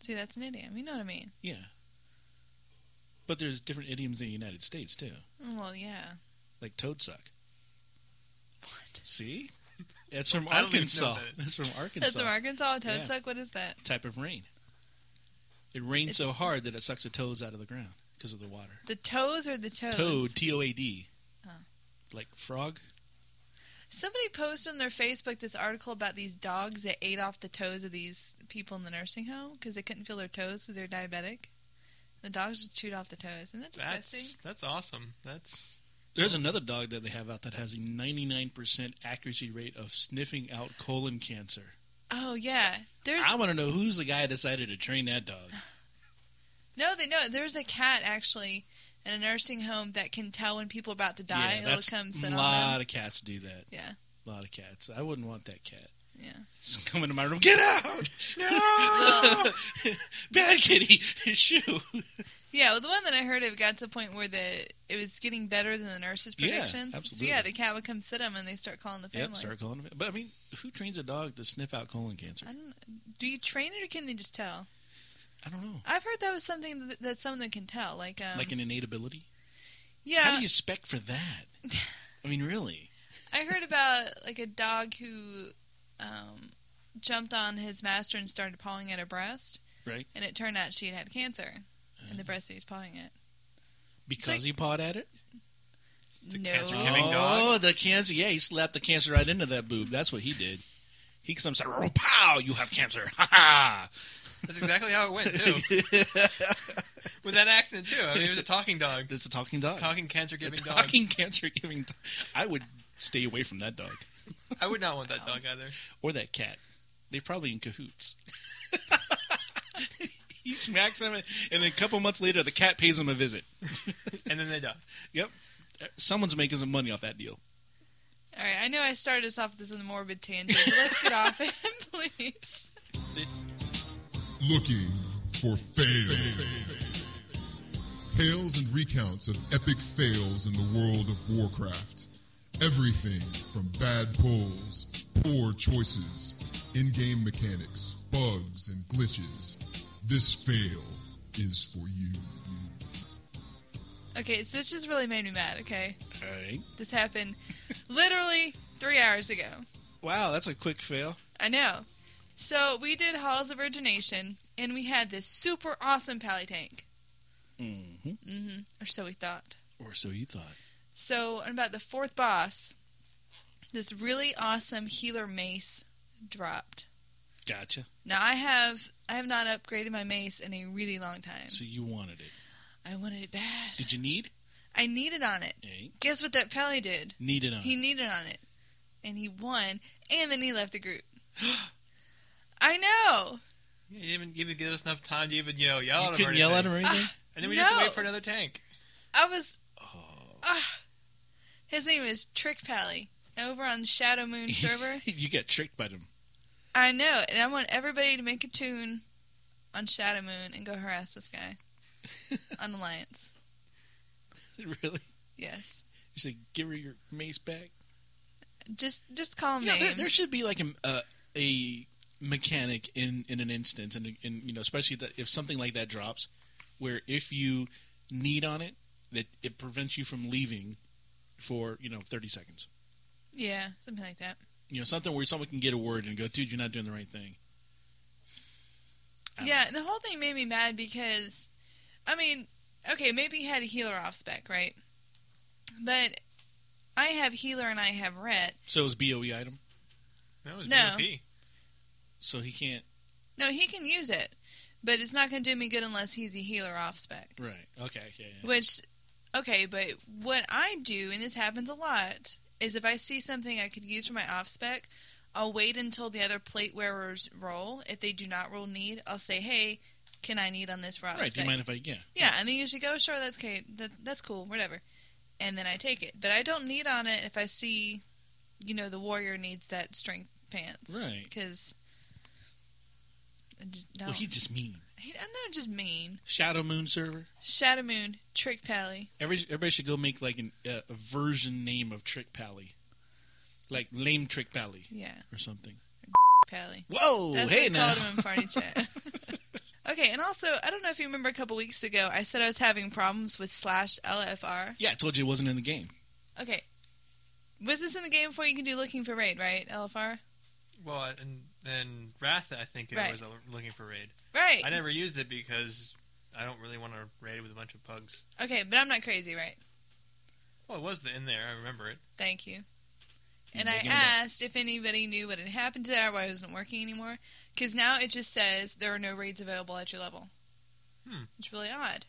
Speaker 3: See, that's an idiom. You know what I mean?
Speaker 2: Yeah, but there's different idioms in the United States too,
Speaker 3: Well, yeah.
Speaker 2: like toad suck.
Speaker 3: What?
Speaker 2: See, that's from
Speaker 4: I don't even know
Speaker 2: Arkansas.
Speaker 4: that.
Speaker 2: That's from Arkansas.
Speaker 3: That's from Arkansas. A toad
Speaker 2: uh, Yeah.
Speaker 3: suck. What is that?
Speaker 2: type of rain. It rains so
Speaker 3: It's-
Speaker 2: hard that it sucks the toads out of the ground because of the water.
Speaker 3: The toes or the toes?
Speaker 2: Toad, T O A D.
Speaker 3: Oh.
Speaker 2: Like frog?
Speaker 3: Somebody posted on their Facebook this article about these dogs that ate off the toes of these people in the nursing home because they couldn't feel their toes because they're diabetic. The dogs just chewed off the toes. Isn't that disgusting?
Speaker 4: That's that's awesome. That's
Speaker 2: There's another dog that they have out that has a 99% accuracy rate of sniffing out colon cancer.
Speaker 3: Oh yeah. There's
Speaker 2: I want to know who's the guy that decided to train that dog.
Speaker 3: no. They know there's a cat actually in a nursing home that can tell when people are about to die.
Speaker 2: yeah,
Speaker 3: It'll
Speaker 2: that's
Speaker 3: come sit
Speaker 2: a
Speaker 3: on
Speaker 2: lot
Speaker 3: them.
Speaker 2: of cats do that.
Speaker 3: Yeah.
Speaker 2: A lot of cats. I wouldn't want that cat.
Speaker 3: Yeah.
Speaker 2: Just come into my room. Get out!
Speaker 3: Well,
Speaker 2: Bad kitty! Shoo!
Speaker 3: yeah, well, the one that I heard of got to the point where the it was getting better than the nurses'
Speaker 2: Yeah,
Speaker 3: predictions.
Speaker 2: absolutely.
Speaker 3: So yeah, the cat would come sit them, and they start calling the family.
Speaker 2: Yep, start calling him. But I mean, who trains a dog to sniff out colon cancer?
Speaker 3: I don't. Do you train it or can they just tell?
Speaker 2: I don't know.
Speaker 3: I've heard that was something that, that someone can tell, like um,
Speaker 2: like an innate ability? How
Speaker 3: yeah.
Speaker 2: do you spec for that? I mean, really?
Speaker 3: I heard about like a dog who um, jumped on his master and started pawing at her breast,
Speaker 2: Right. Uh-huh.
Speaker 3: And it turned out she had had cancer in the breast that he was pawing at.
Speaker 2: Because
Speaker 3: like-
Speaker 2: he pawed at it?
Speaker 4: it's a
Speaker 3: no,
Speaker 4: cancer
Speaker 2: oh,
Speaker 4: giving dog.
Speaker 2: the cancer. Yeah, he slapped the cancer right into that boob. That's what he did. He comes out, oh, pow, you have cancer. Ha ha.
Speaker 4: That's exactly how it went too. With that accent too. I mean, it was a talking dog,
Speaker 2: It's a talking dog.
Speaker 4: talking cancer
Speaker 2: a
Speaker 4: giving dog.
Speaker 2: talking cancer giving dog. I would stay away from that dog
Speaker 4: I would not want that dog either.
Speaker 2: or that cat. They're probably in cahoots. he smacks him, and then a couple months later, the cat pays him a visit.
Speaker 4: And then they die.
Speaker 2: Someone's making some money off that deal.
Speaker 3: All right, I know I started us off with this in a morbid tangent, but let's get off it, please.
Speaker 6: Looking for fail.
Speaker 5: Tales and recounts of epic fails in the world of Warcraft. Everything from bad pulls, poor choices, in game mechanics, bugs, and glitches. This fail is for you.
Speaker 3: Okay, so this just really made me mad. Okay,
Speaker 2: All right.
Speaker 3: this happened literally three hours ago.
Speaker 2: Wow, that's a quick fail.
Speaker 3: I know. So we did Halls of Origination, and we had this super awesome pally tank,
Speaker 2: Mm-hmm.
Speaker 3: hmm or so we thought.
Speaker 2: Or so you thought.
Speaker 3: So on about the fourth boss, this really awesome healer mace dropped.
Speaker 2: Gotcha.
Speaker 3: Now I have I have not upgraded my mace in a really long time.
Speaker 2: So you wanted it.
Speaker 3: I wanted it bad.
Speaker 2: Did you need?
Speaker 3: I needed on it.
Speaker 2: Eh?
Speaker 3: Guess what that pally did?
Speaker 2: Need it on.
Speaker 3: He needed on it, and he won. And then he left the group. I know.
Speaker 4: You didn't even, even give us enough time to even, you know, yell
Speaker 2: you
Speaker 4: at him.
Speaker 2: couldn't
Speaker 4: or
Speaker 2: yell at him
Speaker 4: anything.
Speaker 2: or anything?
Speaker 4: And then we just have to
Speaker 3: No.
Speaker 4: wait for another tank.
Speaker 3: I was. Ah. his name is Trick Pally over on Shadow Moon server.
Speaker 2: you get tricked by them.
Speaker 3: I know, and I want everybody to make a tune on Shadow Moon and go harass this guy on Alliance.
Speaker 2: really? You
Speaker 3: Yes,
Speaker 2: say, give her your mace back?
Speaker 3: just just call him
Speaker 2: Yeah, there,
Speaker 3: names.
Speaker 2: there should be like a, a, a mechanic in, in an instance, and and you know, especially that if something like that drops, where if you need on it, that it prevents you from leaving for you know thirty seconds.
Speaker 3: yeah, something like that.
Speaker 2: You know, something where someone can get a word and go, dude, you're not doing the right thing. I don't
Speaker 3: Yeah, and the whole thing made me mad because, I mean, okay, maybe he had a healer off spec, right? But I have healer and I have ret.
Speaker 2: So it's BOE E item,
Speaker 4: That was
Speaker 3: No.
Speaker 4: BOP.
Speaker 2: so he can't.
Speaker 3: No, he can use it, but it's not going to do me good unless he's a healer off spec.
Speaker 2: Right. Okay. Yeah. yeah.
Speaker 3: Which, okay, but what I do, and this happens a lot, is if I see something I could use for my off spec, I'll wait until the other plate wearers roll. If they do not roll need, I'll say, hey, can I need on this for off
Speaker 2: Right. Do
Speaker 3: spec?
Speaker 2: you mind if I? Yeah.
Speaker 3: Yeah, and they usually go, sure, that's okay, that, that's cool, whatever. And then I take it. But I don't need on it if I see, you know, the warrior needs that strength pants.
Speaker 2: Right.
Speaker 3: Because. I just don't.
Speaker 2: Well, he just mean.
Speaker 3: he, I'm not just mean.
Speaker 2: Shadow Moon server.
Speaker 3: Shadow Moon, Trick Pally.
Speaker 2: Every, everybody should go make like an, uh, a version name of Trick Pally, like lame Trick Pally
Speaker 3: Yeah,
Speaker 2: or something.
Speaker 3: Pally.
Speaker 2: Whoa!
Speaker 3: That's
Speaker 2: hey
Speaker 3: what we
Speaker 2: now.
Speaker 3: called him in party chat. okay, and also, I don't know if you remember a couple weeks ago, I said I was having problems with slash LFR.
Speaker 2: Yeah, I told you it wasn't in the game.
Speaker 3: Okay. Was this in the game before you can do looking for raid, right? LFR?
Speaker 4: Well, and then Wrath, I think, it
Speaker 3: Right.
Speaker 4: was looking for raid.
Speaker 3: Right.
Speaker 4: I never used it because I don't really want to raid with a bunch of pugs.
Speaker 3: Okay, but I'm not crazy, right?
Speaker 4: Well, it was the, in there. I remember it.
Speaker 3: Thank you. And
Speaker 2: You're
Speaker 3: I
Speaker 2: making it up.
Speaker 3: asked if anybody knew what had happened to that, why it wasn't working anymore. Because now it just says there are no raids available at your level.
Speaker 4: Hmm.
Speaker 3: It's really odd.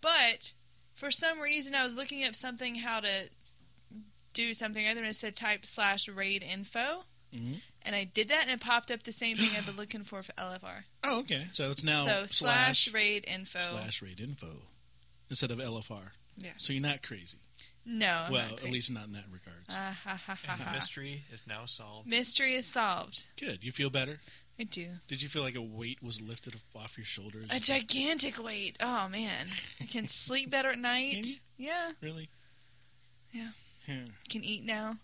Speaker 3: But for some reason, I was looking up something how to do something other than it said type slash raid info.
Speaker 2: Mhm.
Speaker 3: And I did that, and it popped up the same thing I've been looking for for LFR.
Speaker 2: Oh, okay. So it's now
Speaker 3: so slash,
Speaker 2: slash
Speaker 3: raid info.
Speaker 2: slash raid info instead of LFR.
Speaker 3: Yeah.
Speaker 2: So you're not crazy.
Speaker 3: no. I'm
Speaker 2: well,
Speaker 3: not
Speaker 2: at
Speaker 3: crazy.
Speaker 2: least not in that regards.
Speaker 3: Ah, ha, ha, ha,
Speaker 4: And the
Speaker 3: ha.
Speaker 4: mystery is now solved.
Speaker 3: Mystery is solved.
Speaker 2: Good. You feel better?
Speaker 3: I do.
Speaker 2: Did you feel like a weight was lifted off your shoulders?
Speaker 3: A gigantic weight. Oh man, I can sleep better at
Speaker 2: Can
Speaker 3: night.
Speaker 2: you?
Speaker 3: Yeah,
Speaker 2: really?
Speaker 3: Yeah.
Speaker 2: Hmm.
Speaker 3: can eat now.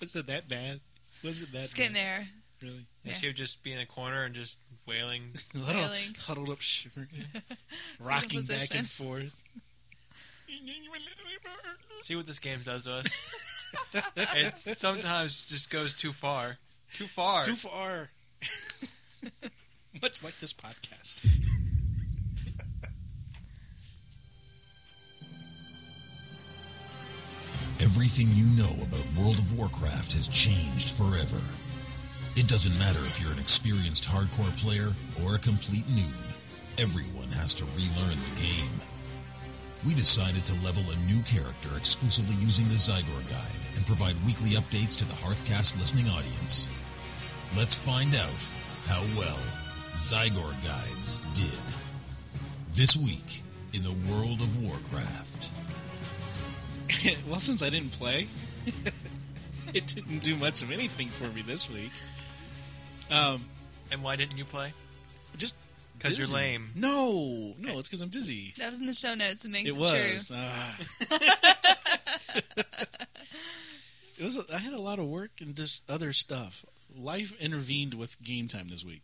Speaker 2: Was it that bad? Was it that
Speaker 3: It's
Speaker 2: bad?
Speaker 3: getting there.
Speaker 2: Really?
Speaker 4: And
Speaker 3: Yeah.
Speaker 4: She would just be in a corner and just wailing.
Speaker 2: Huddle-
Speaker 3: Really?
Speaker 2: Huddled up, shivering, rocking back
Speaker 3: position.
Speaker 2: and forth.
Speaker 4: See what this game does to us. it sometimes just goes too far. Too far.
Speaker 2: Too far. Much like this podcast.
Speaker 1: Everything you know about World of Warcraft has changed forever. It doesn't matter if you're an experienced hardcore player or a complete noob, everyone has to relearn the game. We decided to level a new character exclusively using the Zygor Guide and provide weekly updates to the Hearthcast listening audience. Let's find out how well Zygor Guides did. This week in the World of Warcraft.
Speaker 2: well, since I didn't play, it didn't do much of anything for me this week. Um,
Speaker 4: And why didn't you play?
Speaker 2: just
Speaker 4: 'Cause you're
Speaker 2: busy.
Speaker 4: lame.
Speaker 2: No, no, it's because I'm busy.
Speaker 3: That was in the show notes. It makes
Speaker 2: It
Speaker 3: it,
Speaker 2: was.
Speaker 3: true.
Speaker 2: Ah. it was. I had a lot of work and just other stuff. Life intervened with game time this week.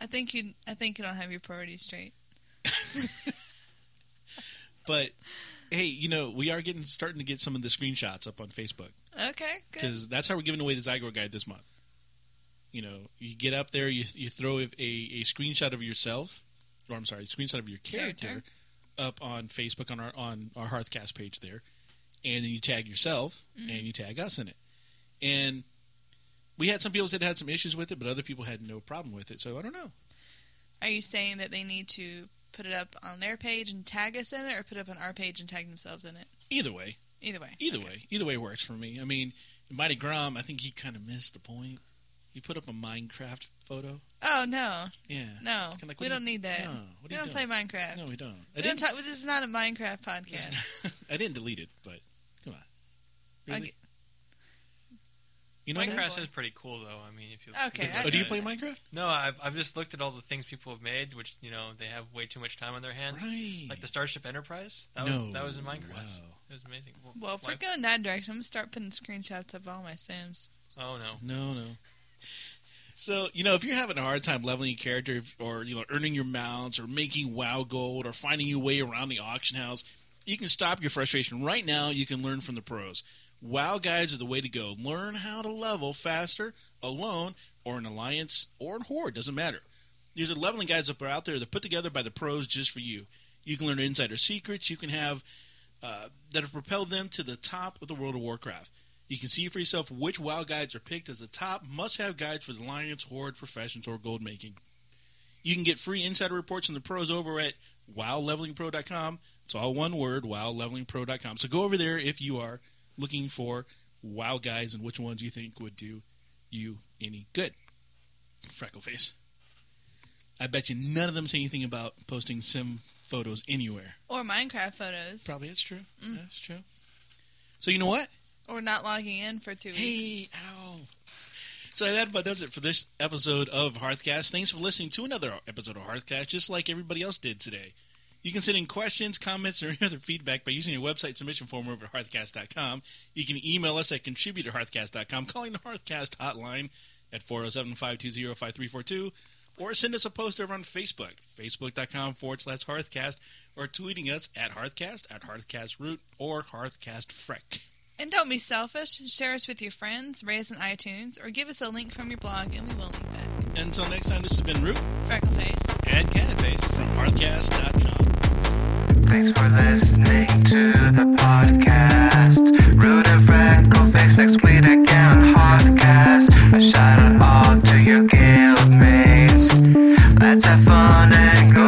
Speaker 3: I think you. I think you don't have your priorities straight.
Speaker 2: But hey, you know we are getting starting to get some of the screenshots up on Facebook.
Speaker 3: Okay, good.
Speaker 2: because that's how we're giving away the Zygor guide this month. You know, you get up there, you you throw a, a screenshot of yourself, or I'm sorry, screenshot of your character,
Speaker 3: Character.
Speaker 2: up on Facebook on our on our Hearthcast page there, and then you tag yourself and you tag us in it. And we had some people that had some issues with it, but other people had no problem with it. So I don't know.
Speaker 3: Are you saying that they need to put it up on their page and tag us in it, or put it up on our page and tag themselves in it?
Speaker 2: Either way,
Speaker 3: Either way.
Speaker 2: either way, either way works for me. I mean, Mighty Grom, I think he kind of missed the point. You put up a Minecraft photo.
Speaker 3: Oh no,
Speaker 2: Yeah.
Speaker 3: no,
Speaker 2: Kinda like,
Speaker 3: we
Speaker 2: what
Speaker 3: don't
Speaker 2: do
Speaker 3: need that.
Speaker 2: No, what
Speaker 3: we
Speaker 2: are you
Speaker 3: don't play Minecraft.
Speaker 2: No, we don't. I
Speaker 3: we don't
Speaker 2: didn't,
Speaker 3: talk, this is not a Minecraft podcast.
Speaker 2: I didn't delete it, but come on. Really?
Speaker 3: Okay.
Speaker 2: You know what I mean?
Speaker 4: Minecraft is pretty cool, though. I mean, if you
Speaker 3: Okay,
Speaker 4: if
Speaker 3: I
Speaker 2: Oh, do you
Speaker 3: get
Speaker 2: play
Speaker 3: it.
Speaker 2: Minecraft?
Speaker 4: No, I've, I've just looked at all the things people have made, which you know they have way too much time on their hands.
Speaker 2: Right.
Speaker 4: Like the Starship Enterprise, that
Speaker 2: No.
Speaker 4: was that was in Minecraft.
Speaker 2: Wow.
Speaker 4: It was amazing. Well,
Speaker 3: Well, if we're
Speaker 4: like-
Speaker 3: going that direction, I'm gonna start putting screenshots of all my Sims.
Speaker 4: oh no,
Speaker 2: No, no. So you know, if you're having a hard time leveling your character, if- or you know, earning your mounts, or making WoW gold, or finding your way around the auction house, you can stop your frustration right now. You can learn from the pros. WoW guides are the way to go. Learn how to level faster, alone, or in alliance, or in horde. Doesn't matter. These are leveling guides that are out there. They're put together by the pros just for you. You can learn insider secrets. You can have uh, that have propelled them to the top of the World of Warcraft. You can see for yourself which WoW guides are picked as the top must have guides for the Alliance, Horde, Professions, or Gold Making. You can get free insider reports from the pros over at wowlevelingpro.com. It's all one word, wowlevelingpro.com. So go over there if you are looking for WoW guides and which ones you think would do you any good. Freckleface. I bet you none of them say anything about posting sim photos anywhere.
Speaker 3: Or Minecraft photos.
Speaker 2: Probably it's true.
Speaker 3: Mm.
Speaker 2: Yeah, it's true. So you know what?
Speaker 3: Or not logging in for two weeks.
Speaker 2: Hey, ow. So that about does it for this episode of Hearthcast. Thanks for listening to another episode of Hearthcast, just like everybody else did today. You can send in questions, comments, or any other feedback by using your website submission form over at hearthcast.com. You can email us at contribute at hearthcast.com, calling the Hearthcast hotline at 407 520 5342, or send us a post over on Facebook, facebook.com forward slash hearthcast, or tweeting us at hearthcast, at hearthcastroot, or hearthcastfreck.
Speaker 3: And don't be selfish. Share us with your friends, rate us on iTunes, or give us a link from your blog, and we will link back.
Speaker 2: Until next time, this has been Root.
Speaker 3: Freckleface.
Speaker 4: and Canaface.
Speaker 2: from hearthcast.com.
Speaker 10: Thanks for listening to the podcast. Rude and Freckle, thanks next week again on Hearthcast. A shout out all to your guildmates. Let's have fun and go